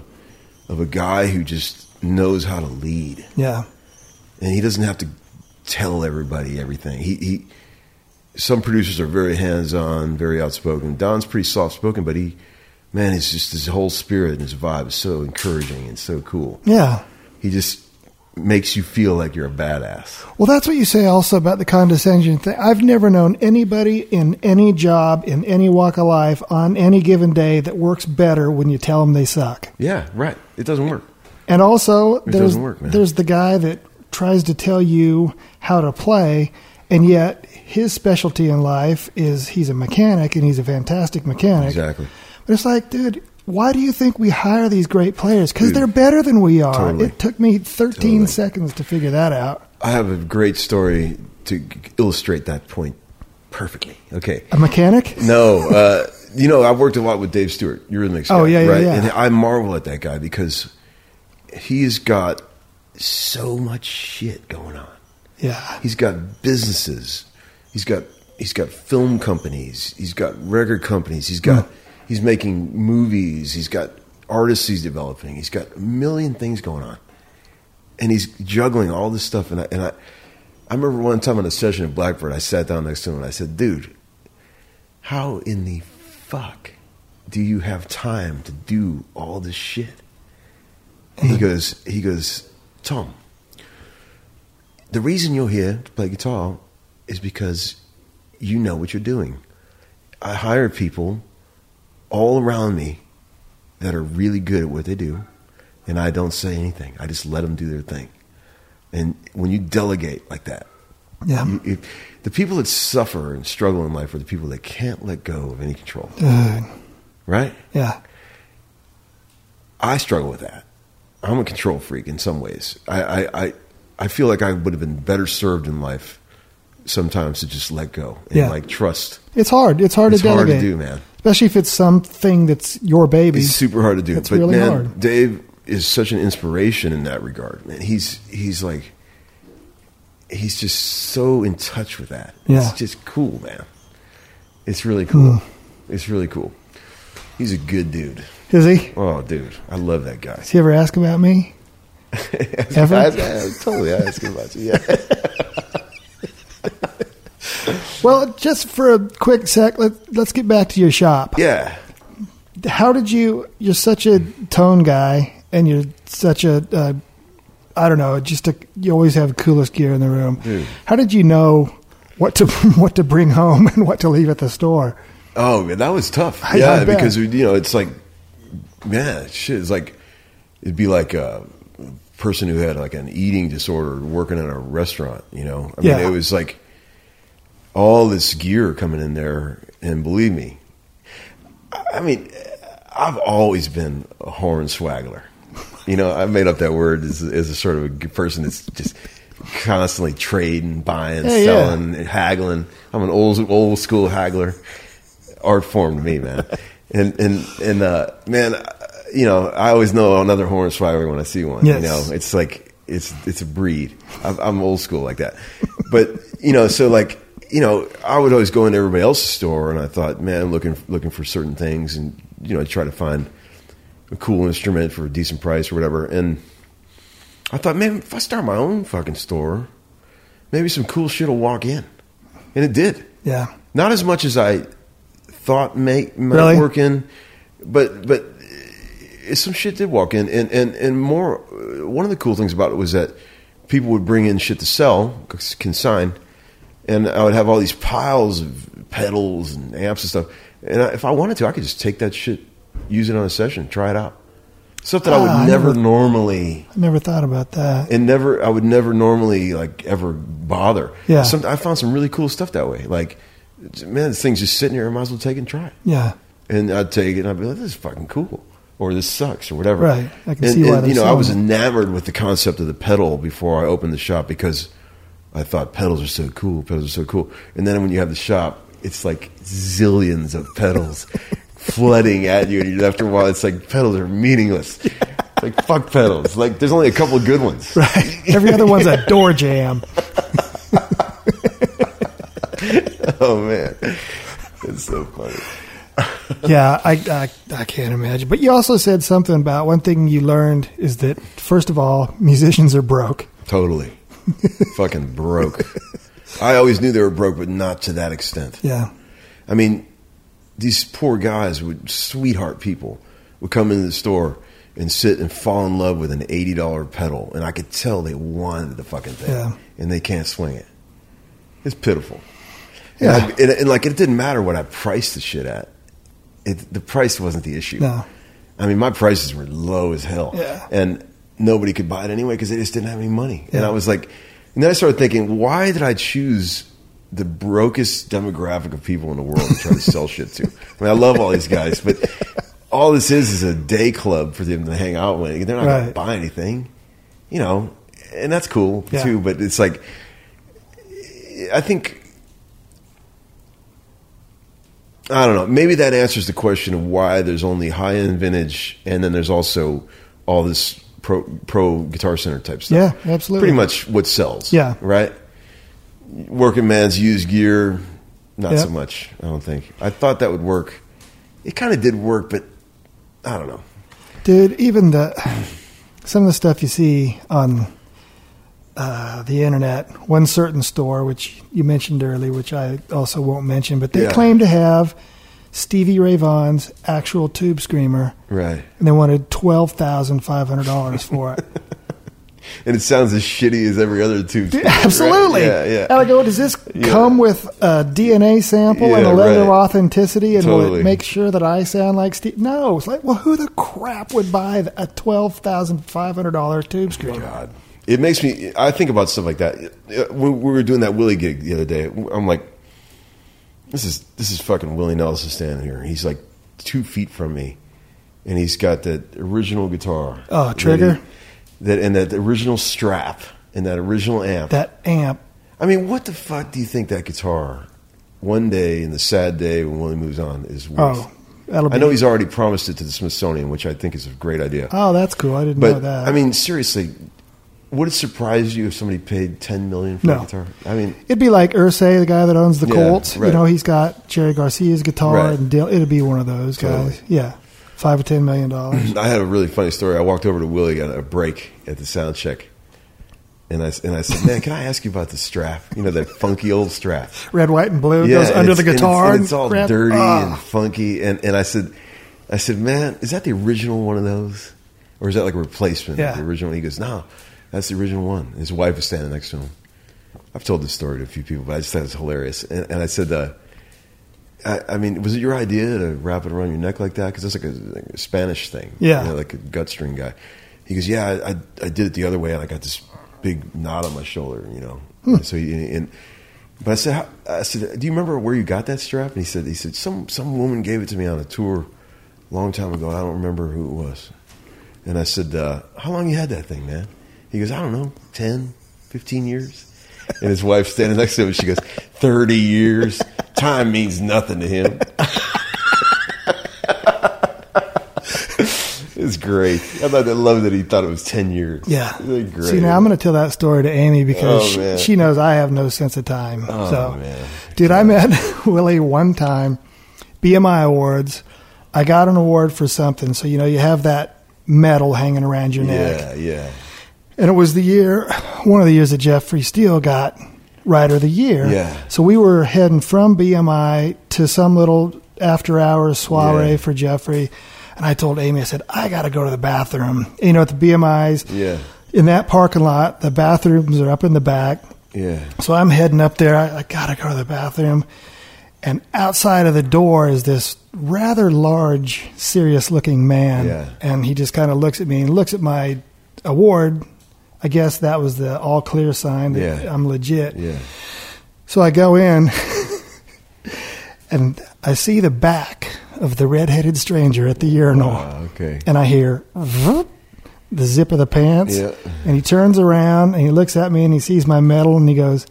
Speaker 2: of a guy who just knows how to lead,
Speaker 1: Yeah.
Speaker 2: and he doesn't have to tell everybody everything. He, he some producers are very hands on, very outspoken. Don's pretty soft spoken, but he man, it's just his whole spirit and his vibe is so encouraging and so cool.
Speaker 1: Yeah.
Speaker 2: He just makes you feel like you're a badass.
Speaker 1: Well, that's what you say also about the condescension thing. I've never known anybody in any job, in any walk of life, on any given day that works better when you tell them they suck.
Speaker 2: Yeah, right. It doesn't work.
Speaker 1: And also, there's
Speaker 2: doesn't work, man.
Speaker 1: there's the guy that tries to tell you how to play, and yet his specialty in life is he's a mechanic and he's a fantastic mechanic.
Speaker 2: Exactly.
Speaker 1: But it's like, dude, why do you think we hire these great players? Because
Speaker 2: Dude.
Speaker 1: they're better than we are.
Speaker 2: Totally.
Speaker 1: It took me 13
Speaker 2: Totally.
Speaker 1: seconds to figure that out.
Speaker 2: I have a great story to illustrate that point perfectly. Okay.
Speaker 1: A mechanic?
Speaker 2: No, uh, you know, I've worked a lot with Dave Stewart, Eurythmics.
Speaker 1: Oh,
Speaker 2: guy,
Speaker 1: yeah, yeah,
Speaker 2: right?
Speaker 1: yeah.
Speaker 2: And I marvel at that guy because he's got so much shit going on.
Speaker 1: Yeah.
Speaker 2: He's got businesses. He's got he's got film companies. He's got record companies. He's got he's making movies. He's got artists he's developing. He's got a million things going on, and he's juggling all this stuff. And I and I, I remember one time on a session at Blackbird, I sat down next to him and I said, "Dude, how in the fuck do you have time to do all this shit?" And he goes, he goes, Tom the reason you're here to play guitar is because you know what you're doing. I hire people all around me that are really good at what they do, and I don't say anything. I just let them do their thing. And when you delegate like that,
Speaker 1: Yeah.
Speaker 2: you, it, the people that suffer and struggle in life are the people that can't let go of any control,
Speaker 1: Dude.
Speaker 2: right?
Speaker 1: Uh, Yeah.
Speaker 2: I struggle with that. I'm a control freak in some ways. I, I, I, I feel like I would have been better served in life sometimes to just let go and
Speaker 1: Yeah.
Speaker 2: like trust.
Speaker 1: It's hard. It's hard
Speaker 2: It's
Speaker 1: to
Speaker 2: hard
Speaker 1: delegate.
Speaker 2: to do, man.
Speaker 1: Especially if it's something that's your baby.
Speaker 2: It's super hard to do.
Speaker 1: It's
Speaker 2: but
Speaker 1: really
Speaker 2: man,
Speaker 1: hard.
Speaker 2: Dave is such an inspiration in that regard. Man, he's he's like he's just so in touch with that.
Speaker 1: Yeah.
Speaker 2: It's just cool, man. It's really cool.
Speaker 1: Hmm.
Speaker 2: It's really cool. He's a good dude.
Speaker 1: Is he?
Speaker 2: Oh, dude, I love that guy.
Speaker 1: Does he ever ask about me? Ever?
Speaker 2: I, I totally ask about you. Yeah.
Speaker 1: Well, just for a quick sec, let, let's get back to your shop.
Speaker 2: Yeah.
Speaker 1: How did you? You're such a tone guy, and you're such a, uh, I don't know, just a, you always have coolest gear in the room.
Speaker 2: Dude.
Speaker 1: How did you know what to what to bring home and what to leave at the store?
Speaker 2: Oh, man, that was tough.
Speaker 1: I- I
Speaker 2: yeah,
Speaker 1: bet.
Speaker 2: because we, you know it's like, man, shit. It's like it'd be like a person who had like an eating disorder working in a restaurant. You know, I mean,
Speaker 1: Yeah.
Speaker 2: it was like all this gear coming in there, and believe me, I I mean, I've always been a horn swaggler. You know, I made up that word as, as a sort of a person that's just constantly trading, buying,
Speaker 1: Yeah, yeah.
Speaker 2: selling, haggling. I'm an old old school haggler. Art form to me, man. and and and uh, man, uh, you know, I always know another horn swaggler when I see one.
Speaker 1: Yes.
Speaker 2: You know, it's like it's it's a breed. I'm, I'm old school like that, but you know, so like you know, I would always go into everybody else's store, and I thought, man, I'm looking looking for certain things, and you know, try to find a cool instrument for a decent price or whatever. And I thought, man, if I start my own fucking store, maybe some cool shit will walk in, and it did.
Speaker 1: Yeah,
Speaker 2: Not as much as I thought may, might
Speaker 1: Really?
Speaker 2: work in, but but eh, some shit did walk in, and and and more. eh, One of the cool things about it was that people would bring in shit to sell, c- consign, and I would have all these piles of pedals and amps and stuff. And I, if I wanted to, I could just take that shit, use it on a session, try it out. Stuff that I would
Speaker 1: Ah, I
Speaker 2: never
Speaker 1: never-
Speaker 2: normally
Speaker 1: I never thought about that.
Speaker 2: and never I would never normally like ever bother.
Speaker 1: Yeah.
Speaker 2: Some, I found some really cool stuff that way. Like, man, this thing's just sitting here. I might as well take it and try it.
Speaker 1: Yeah,
Speaker 2: And I'd take it and I'd be like, this is fucking cool, or this sucks, or whatever.
Speaker 1: Right. I can
Speaker 2: and,
Speaker 1: see why
Speaker 2: and,
Speaker 1: they're
Speaker 2: you know I was
Speaker 1: selling
Speaker 2: enamored with the concept of the pedal before I opened the shop because I thought pedals are so cool. Pedals are so cool. And then when you have the shop, it's like zillions of pedals flooding at you, and after a while, it's like pedals are meaningless. Like fuck pedals. Like there's only a couple of good ones.
Speaker 1: right. Every other one's a door jam.
Speaker 2: Oh man, it's so funny.
Speaker 1: yeah, I, I I can't imagine. But you also said something about one thing you learned is that first of all, musicians are broke.
Speaker 2: Totally, fucking broke. I always knew they were broke, but not to that extent.
Speaker 1: Yeah,
Speaker 2: I mean, these poor guys would sweetheart people would come into the store and sit and fall in love with an eighty dollar pedal, and I could tell they wanted the fucking thing,
Speaker 1: Yeah.
Speaker 2: and they can't swing it. It's pitiful.
Speaker 1: Yeah.
Speaker 2: and, I- and- and, like it didn't matter what I priced the shit at. It, the price wasn't the issue.
Speaker 1: No.
Speaker 2: I mean my prices were low as hell,
Speaker 1: Yeah.
Speaker 2: and nobody could buy it anyway because they just didn't have any money. And
Speaker 1: Yeah.
Speaker 2: I was like, and then I started thinking, why did I choose? The brokest demographic of people in the world to try to sell shit to. I mean, I love all these guys, but all this is is a day club for them to hang out with. They're not going to
Speaker 1: Right.
Speaker 2: buy anything, you know, and that's cool
Speaker 1: Yeah.
Speaker 2: too. But it's like, I think, I don't know. Maybe that answers the question of why there's only high end vintage, and then there's also all this pro pro guitar center type stuff.
Speaker 1: Yeah, absolutely.
Speaker 2: Pretty much what sells.
Speaker 1: Yeah.
Speaker 2: right. Working man's used gear, not
Speaker 1: Yeah.
Speaker 2: so much. I don't think. I thought that would work. It kind of did work, but I don't know.
Speaker 1: dude even the some of the stuff you see on uh, the internet one certain store which you mentioned earlier which i also won't mention but they
Speaker 2: Yeah.
Speaker 1: claim to have stevie ray vaughan's actual tube screamer
Speaker 2: Right.
Speaker 1: and they wanted $12500 for it
Speaker 2: And it sounds as shitty as every other tube.
Speaker 1: Dude,
Speaker 2: screamer, right?
Speaker 1: absolutely Oh,
Speaker 2: Yeah, yeah.
Speaker 1: And I go, does this
Speaker 2: Yeah.
Speaker 1: come with a dna sample and a
Speaker 2: Yeah,
Speaker 1: letter of
Speaker 2: right.
Speaker 1: authenticity and will
Speaker 2: Totally.
Speaker 1: it make sure that i sound like steve no it's like well who the crap would buy a $12500 tube screamer
Speaker 2: God. It makes me. I think about stuff like that. Uh, When we were doing that Willie gig the other day, I'm like, "This is this is fucking Willie Nelson standing here." He's like two feet from me, and he's got that original guitar.
Speaker 1: Oh,
Speaker 2: that he-
Speaker 1: Trigger?
Speaker 2: That, and that original strap and that original amp.
Speaker 1: that amp.
Speaker 2: I mean, what the fuck do you think that guitar? One day, in the sad day when Willie moves on, is worth.
Speaker 1: Oh, that'll be.
Speaker 2: I know he's already promised it to the Smithsonian, which I think is a great idea.
Speaker 1: Oh, that's cool. I didn't know
Speaker 2: But
Speaker 1: that.
Speaker 2: I mean, seriously, would it surprise you if somebody paid ten million for
Speaker 1: No.
Speaker 2: a guitar? I mean,
Speaker 1: it'd be like Ursay, the guy that owns the
Speaker 2: Yeah,
Speaker 1: Colts.
Speaker 2: right.
Speaker 1: You know, he's got Jerry Garcia's guitar,
Speaker 2: Right.
Speaker 1: and Dale, it'd be one of those
Speaker 2: Totally.
Speaker 1: guys. Yeah, five or ten million dollars.
Speaker 2: I had a really funny story. I walked over to Willie at a break at the sound check, and I s- and I said, "Man, can I ask you about the strap? You know, that funky old strap."
Speaker 1: Red, white, and blue goes
Speaker 2: and
Speaker 1: under
Speaker 2: it's-
Speaker 1: the
Speaker 2: and it's-
Speaker 1: guitar.
Speaker 2: and it's, all
Speaker 1: crap.
Speaker 2: dirty
Speaker 1: Ah.
Speaker 2: and funky. And, and I said, I said, man, is that the original one of those, or is that like a replacement? of
Speaker 1: Yeah.
Speaker 2: the original. He goes, no, that's the original one. And his wife is standing next to him. I've told this story to a few people, but I just thought it was hilarious. And, and I said, uh, I, I mean, was it your idea to wrap it around your neck like that? Because that's like a, like a Spanish thing.
Speaker 1: Yeah.
Speaker 2: You know, like a gut string guy. He goes, yeah, I, I, I did it the other way, and I got this big knot on my shoulder, you know. So he, and but I said, how, I said, do you remember where you got that strap? And he said, he said, some some woman gave it to me on a tour a long time ago. I don't remember who it was. And I said, uh, how long you had that thing, man? He goes, I don't know, 10, 15 years. And his wife standing next to him, she goes, 30 years. Time means nothing to him. it's great. I thought I love that he thought it was 10 years.
Speaker 1: Yeah.
Speaker 2: It's great.
Speaker 1: See, now I'm going to tell that story to Amy because
Speaker 2: Oh,
Speaker 1: she-
Speaker 2: man.
Speaker 1: she, knows I have no sense of time.
Speaker 2: Oh,
Speaker 1: so,
Speaker 2: man.
Speaker 1: dude, I met Willie one time, BMI Awards. I got an award for something. So, you know, you have that medal hanging around your neck.
Speaker 2: Yeah, yeah.
Speaker 1: And it was the year, one of the years that Jeffrey Steele got Writer of the Year.
Speaker 2: Yeah.
Speaker 1: So we were heading from BMI to some little after hours soiree
Speaker 2: Yeah.
Speaker 1: for Jeffrey. And I told Amy, I said, I got to go to the bathroom. And, you know, at the BMI's,
Speaker 2: Yeah.
Speaker 1: in that parking lot, the bathrooms are up in the back.
Speaker 2: Yeah.
Speaker 1: So I'm heading up there. I, I gotta go to the bathroom. And outside of the door is this rather large, serious looking man.
Speaker 2: Yeah.
Speaker 1: And he just kind of looks at me and looks at my award. I guess that was the all clear sign that
Speaker 2: Yeah.
Speaker 1: I'm legit.
Speaker 2: Yeah.
Speaker 1: So I go in and I see the back of the redheaded stranger at the urinal.
Speaker 2: Wow, Ah, okay.
Speaker 1: And I hear "Vroom," the zip of the pants.
Speaker 2: Yeah.
Speaker 1: And he turns around and he looks at me and he sees my medal and he goes,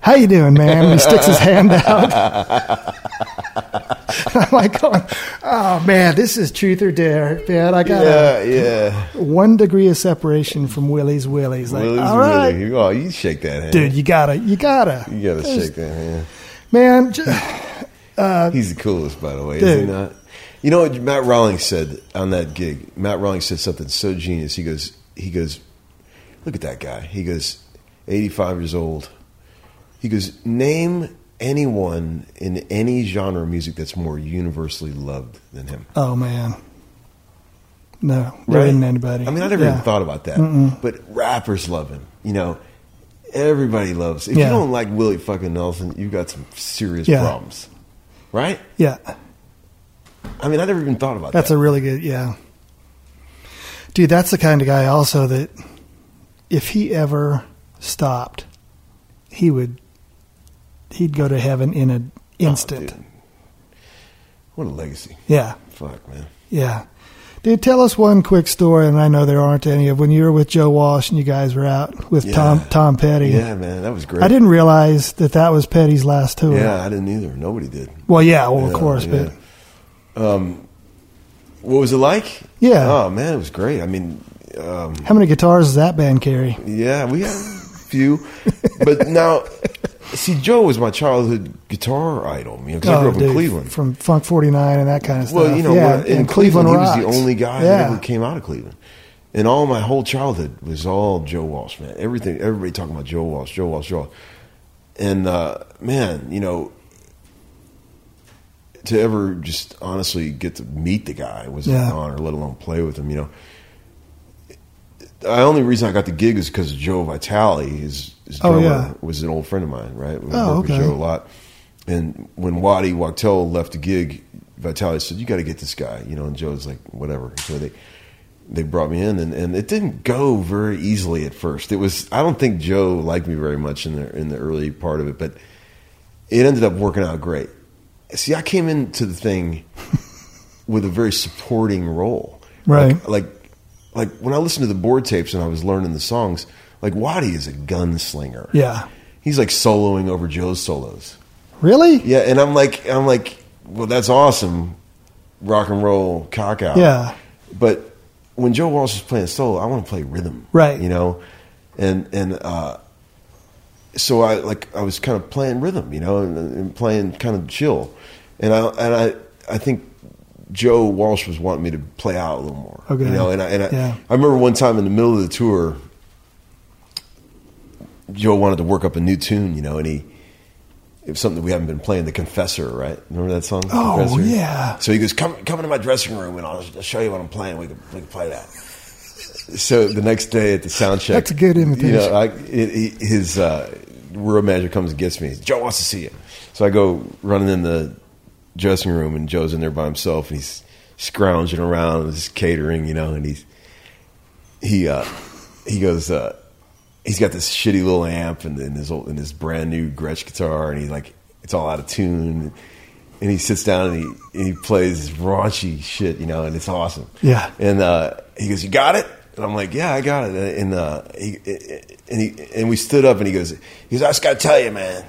Speaker 1: How you doing, man? And he sticks his hand out. And I'm like going, Oh man, this is truth or dare, man. I got a
Speaker 2: Yeah, yeah.
Speaker 1: one degree of separation from Willie's Willie's. Like,
Speaker 2: Willie's
Speaker 1: all right.
Speaker 2: Willie. Oh, you shake that hand.
Speaker 1: Dude, you gotta, you gotta,
Speaker 2: You gotta
Speaker 1: There's-
Speaker 2: shake that hand.
Speaker 1: man. j-
Speaker 2: He's the coolest, by the way, is
Speaker 1: Dude.
Speaker 2: he not? You know what Matt Rawlings said on that gig? Matt Rawlings said something so genius. He goes, he goes, look at that guy. He goes, eighty five years old. He goes, name anyone in any genre of music that's more universally loved than him.
Speaker 1: Oh man, oh, No, there isn't anybody.
Speaker 2: I mean, I never
Speaker 1: Yeah.
Speaker 2: even thought about that. But rappers love him. You know, everybody loves. If
Speaker 1: Yeah.
Speaker 2: you don't like Willie fucking Nelson, you got some serious
Speaker 1: Yeah.
Speaker 2: problems, right?
Speaker 1: Yeah,
Speaker 2: I mean, I never even thought about
Speaker 1: that's
Speaker 2: that.
Speaker 1: a really good. Yeah, dude, that's the kind of guy also that if he ever stopped, he would he'd go to heaven in an
Speaker 2: Oh,
Speaker 1: instant.
Speaker 2: dude. what a legacy!
Speaker 1: yeah,
Speaker 2: Fuck, man.
Speaker 1: yeah. Dude, tell us one quick story, and I know there aren't any of when you were with Joe Walsh and you guys were out with
Speaker 2: Yeah.
Speaker 1: Tom Tom Petty.
Speaker 2: Yeah, man, that was great.
Speaker 1: I didn't realize that that was Petty's last tour.
Speaker 2: Yeah, I didn't either. Nobody did.
Speaker 1: Well, yeah, well, of
Speaker 2: Yeah,
Speaker 1: course,
Speaker 2: yeah.
Speaker 1: but
Speaker 2: Um, What was it like?
Speaker 1: Yeah.
Speaker 2: Oh man, it was great. I mean, um,
Speaker 1: how many guitars does that band carry?
Speaker 2: yeah, we had a few, but now, see, Joe was my childhood guitar idol. You know, 'cause I grew up in
Speaker 1: Oh, dude,
Speaker 2: Cleveland.
Speaker 1: from Funk 49 and that kind of stuff.
Speaker 2: Well, you know,
Speaker 1: yeah,
Speaker 2: when- in
Speaker 1: and
Speaker 2: Cleveland, he was
Speaker 1: rocks.
Speaker 2: the only guy
Speaker 1: Yeah.
Speaker 2: that ever came out of Cleveland. And all my whole childhood was all Joe Walsh, man. Everything, everybody talking about Joe Walsh, Joe Walsh, Joe Walsh. And uh, man, you know, to ever just honestly get to meet the guy was
Speaker 1: Yeah.
Speaker 2: an honor, let alone play with him. You know, the only reason I got the gig is because Joe Vitale, his, his
Speaker 1: Oh,
Speaker 2: drummer,
Speaker 1: yeah.
Speaker 2: was an old friend of mine, right? We
Speaker 1: Oh,
Speaker 2: worked
Speaker 1: okay.
Speaker 2: with Joe a lot. And when Waddy Wachtel left the gig, Vitale said, "You got to get this guy," you know. And Joe's like, "Whatever." So they they brought me in, and, and it didn't go very easily at first. It was I don't think Joe liked me very much in the in the early part of it, but it ended up working out great. See, I came into the thing with a very supporting role.
Speaker 1: Right.
Speaker 2: Like, like, like when I listened to the board tapes and I was learning the songs, like Waddy is a gunslinger.
Speaker 1: Yeah.
Speaker 2: He's like soloing over Joe's solos.
Speaker 1: Really?
Speaker 2: Yeah, and I'm like, I'm like, well, that's awesome, rock and roll cock out.
Speaker 1: Yeah.
Speaker 2: But when Joe Walsh is playing solo, I want to play rhythm.
Speaker 1: Right.
Speaker 2: You know, and and uh, so I like I was kind of playing rhythm, you know, and, and playing kind of chill, and I and I I think Joe Walsh was wanting me to play out a little more.
Speaker 1: Okay.
Speaker 2: You know, and I and I,
Speaker 1: Yeah.
Speaker 2: I remember one time in the middle of the tour, Joe wanted to work up a new tune, you know, and he it was something that we haven't been playing, The Confessor, right? Remember that song?
Speaker 1: Oh,
Speaker 2: Confessor?
Speaker 1: yeah.
Speaker 2: So he goes, come, come into my dressing room and I'll, I'll show you what I'm playing. We can, we can play that. So the next day at the sound check,
Speaker 1: That's a good
Speaker 2: You
Speaker 1: imitation.
Speaker 2: know, I, it, he- his uh, road manager comes and gets me. He says, Joe wants to see you. So I go running in the dressing room, and Joe's in there by himself, and he's scrounging around, and he's catering, you know, and he's he uh, he goes. Uh, he's got this shitty little amp and, and his old and his brand new Gretsch guitar, and he like it's all out of tune. And he sits down and he and he plays raunchy shit, you know, and it's awesome.
Speaker 1: Yeah.
Speaker 2: And uh, he goes, "You got it?" And I'm like, "Yeah, I got it." And uh, he and he and we stood up, and he goes, "He goes, I just got to tell you, man,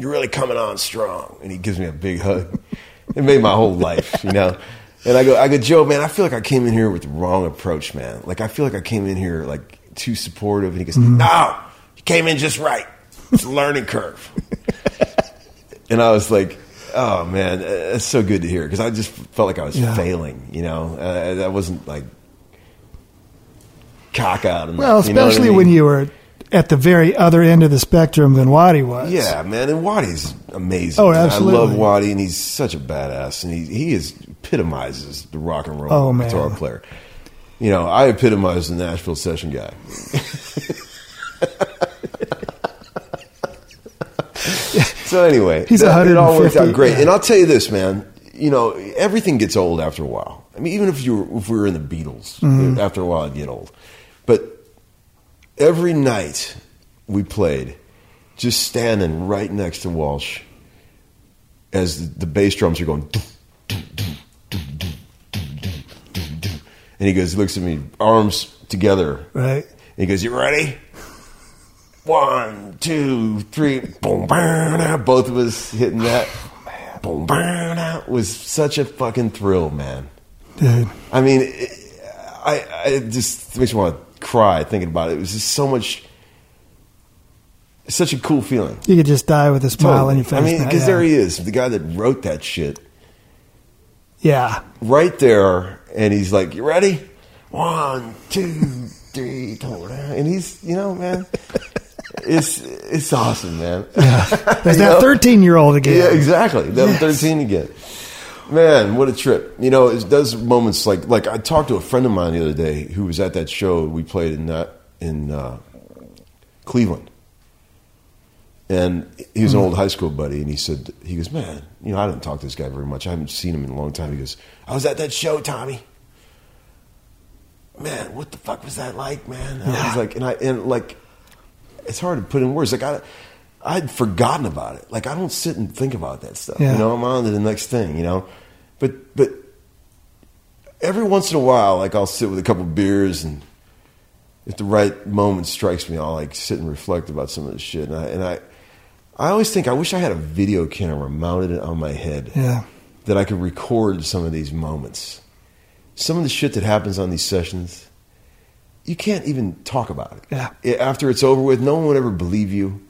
Speaker 2: you're really coming on strong." And he gives me a big hug. It made my whole life, you know. And I go, I go, Joe, man, I feel like I came in here with the wrong approach, man. Like I feel like I came in here like too supportive. And he goes,
Speaker 1: Mm-hmm.
Speaker 2: No, you came in just right. It's a learning curve. and I was like, Oh man, that's so good to hear because I just felt like I was
Speaker 1: Yeah.
Speaker 2: failing. You know, uh, that wasn't like cock out. And
Speaker 1: Well,
Speaker 2: you know what I
Speaker 1: especially
Speaker 2: mean?
Speaker 1: when you were at the very other end of the spectrum than Waddy was.
Speaker 2: Yeah, man, and Waddy's amazing.
Speaker 1: Oh,
Speaker 2: man.
Speaker 1: absolutely.
Speaker 2: I love Waddy, and he's such a badass, and he he is epitomizes the rock and roll
Speaker 1: Oh, man.
Speaker 2: guitar player. You know, I epitomize the Nashville session guy. so anyway,
Speaker 1: He's
Speaker 2: that- it all worked
Speaker 1: 150.
Speaker 2: out great. And I'll tell you this, man. You know, everything gets old after a while. I mean, even if you were, if we were in the Beatles, after a while it'd get old. But every night we played, just standing right next to Walsh as the, the bass drums are going. "Doo, doo, doo, doo, doo, doo, doo, doo, doo." And he goes, looks at me, arms together.
Speaker 1: Right?
Speaker 2: And he goes, You ready? One, two, three. Boom, bam, ah. both of us hitting that. Boom, bam, ah. was such a fucking thrill, man.
Speaker 1: Dude.
Speaker 2: I mean, it, I, I it just makes me want to cry thinking about it. It was just so much, it's such a cool feeling.
Speaker 1: You could just die with a smile on your face.
Speaker 2: I mean,
Speaker 1: now,
Speaker 2: because
Speaker 1: yeah.
Speaker 2: there he is, the guy that wrote that shit,
Speaker 1: Yeah.
Speaker 2: right there, and he's like, "You ready? One, two, three, four," and he's, you know, man, it's it's awesome, man.
Speaker 1: There's
Speaker 2: You
Speaker 1: that
Speaker 2: know?
Speaker 1: 13 year old again.
Speaker 2: Yeah, exactly. That
Speaker 1: Yes.
Speaker 2: was 13 again. Man, what a trip! You know, it does moments like like I talked to a friend of mine the other day who was at that show we played in that in uh, Cleveland, and he
Speaker 1: Mm-hmm.
Speaker 2: was an old high school buddy, and he said he goes, man, you know, I didn't talk to this guy very much. I haven't seen him in a long time. He goes, I was at that show, Tommy. Man, what the fuck was that like, man? And I was like, and I and like, it's hard to put in words. Like I, I'd forgotten about it. Like I don't sit and think about that stuff.
Speaker 1: Yeah.
Speaker 2: You know, I'm on to the next thing. You know, but but every once in a while, like I'll sit with a couple beers and if the right moment strikes me, I'll like sit and reflect about some of this shit. And I and I, I always think I wish I had a video camera mounted on my head
Speaker 1: Yeah.
Speaker 2: that I could record some of these moments. Some of the shit that happens on these sessions, you can't even talk about it.
Speaker 1: Yeah.
Speaker 2: I- After it's over with, no one would ever believe you.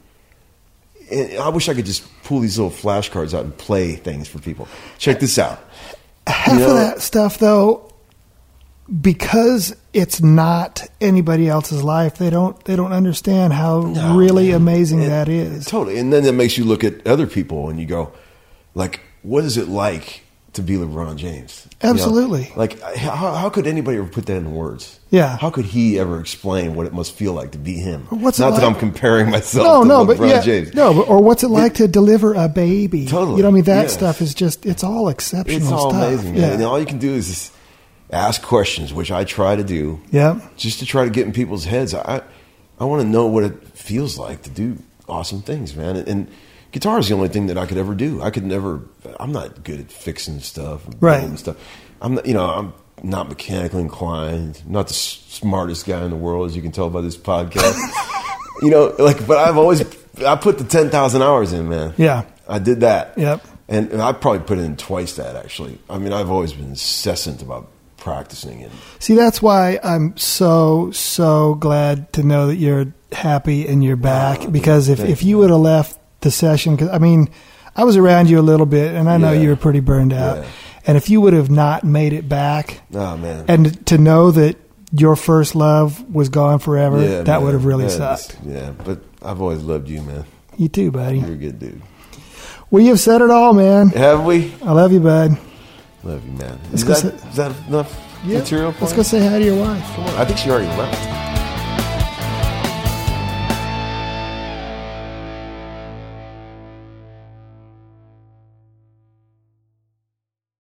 Speaker 2: And I wish I could just pull these little flashcards out and play things for people. Check this out.
Speaker 1: half
Speaker 2: You
Speaker 1: of
Speaker 2: know-
Speaker 1: that stuff though because it's not anybody else's life they don't they don't understand how
Speaker 2: No,
Speaker 1: really
Speaker 2: man.
Speaker 1: amazing
Speaker 2: And-
Speaker 1: that is
Speaker 2: Totally. And then that makes you look at other people and you go, like, what is it like to be LeBron James? You know,
Speaker 1: Absolutely.
Speaker 2: like, I- how, how could anybody ever put that in words?
Speaker 1: Yeah.
Speaker 2: How could he ever explain what it must feel like to be him?
Speaker 1: What's it
Speaker 2: Not that
Speaker 1: like-
Speaker 2: I'm comparing myself
Speaker 1: no
Speaker 2: to
Speaker 1: no
Speaker 2: LeBron
Speaker 1: but yeah
Speaker 2: James.
Speaker 1: no but- or what's it like to deliver a baby
Speaker 2: Totally,
Speaker 1: you know i mean that
Speaker 2: yes.
Speaker 1: stuff is just it's all exceptional
Speaker 2: It's all
Speaker 1: stuff
Speaker 2: amazing, man.
Speaker 1: yeah
Speaker 2: And all you can do is just ask questions, which I try to do.
Speaker 1: Yeah.
Speaker 2: Just to try to get in people's heads. I I want to know what it feels like to do awesome things, man. And, and guitar is the only thing that I could ever do. I could never. I'm not good at fixing stuff, and
Speaker 1: Right.
Speaker 2: building Stuff. I'm not, you know I'm not mechanically inclined. Not the s- smartest guy in the world, as you can tell by this podcast. you know, like, but I've always I put the ten thousand hours in, man.
Speaker 1: Yeah.
Speaker 2: I did that.
Speaker 1: Yep.
Speaker 2: And, and I probably put in twice that actually. I mean, I've always been incessant about practicing and
Speaker 1: see that's why i'm so so glad to know that you're happy and you're back
Speaker 2: Wow,
Speaker 1: because if,
Speaker 2: Oh, thank
Speaker 1: if
Speaker 2: you,
Speaker 1: you
Speaker 2: man.
Speaker 1: would have left the session because i mean i was around you a little bit and i know
Speaker 2: Yeah.
Speaker 1: you were pretty burned out
Speaker 2: Yeah.
Speaker 1: and if you would have not made it back
Speaker 2: oh man.
Speaker 1: and to know that your first love was gone forever that
Speaker 2: man.
Speaker 1: would have really
Speaker 2: Yeah, it's-
Speaker 1: sucked
Speaker 2: Yeah, but I've always loved you, man.
Speaker 1: you too buddy
Speaker 2: You're a good dude.
Speaker 1: well you've said it all man
Speaker 2: Have we?
Speaker 1: i love you bud
Speaker 2: Love you, man. Is
Speaker 1: go
Speaker 2: that,
Speaker 1: sit-
Speaker 2: is that enough
Speaker 1: Yeah.
Speaker 2: material for
Speaker 1: let's
Speaker 2: you?
Speaker 1: go say hi to your wife
Speaker 2: Come on. I think she already left.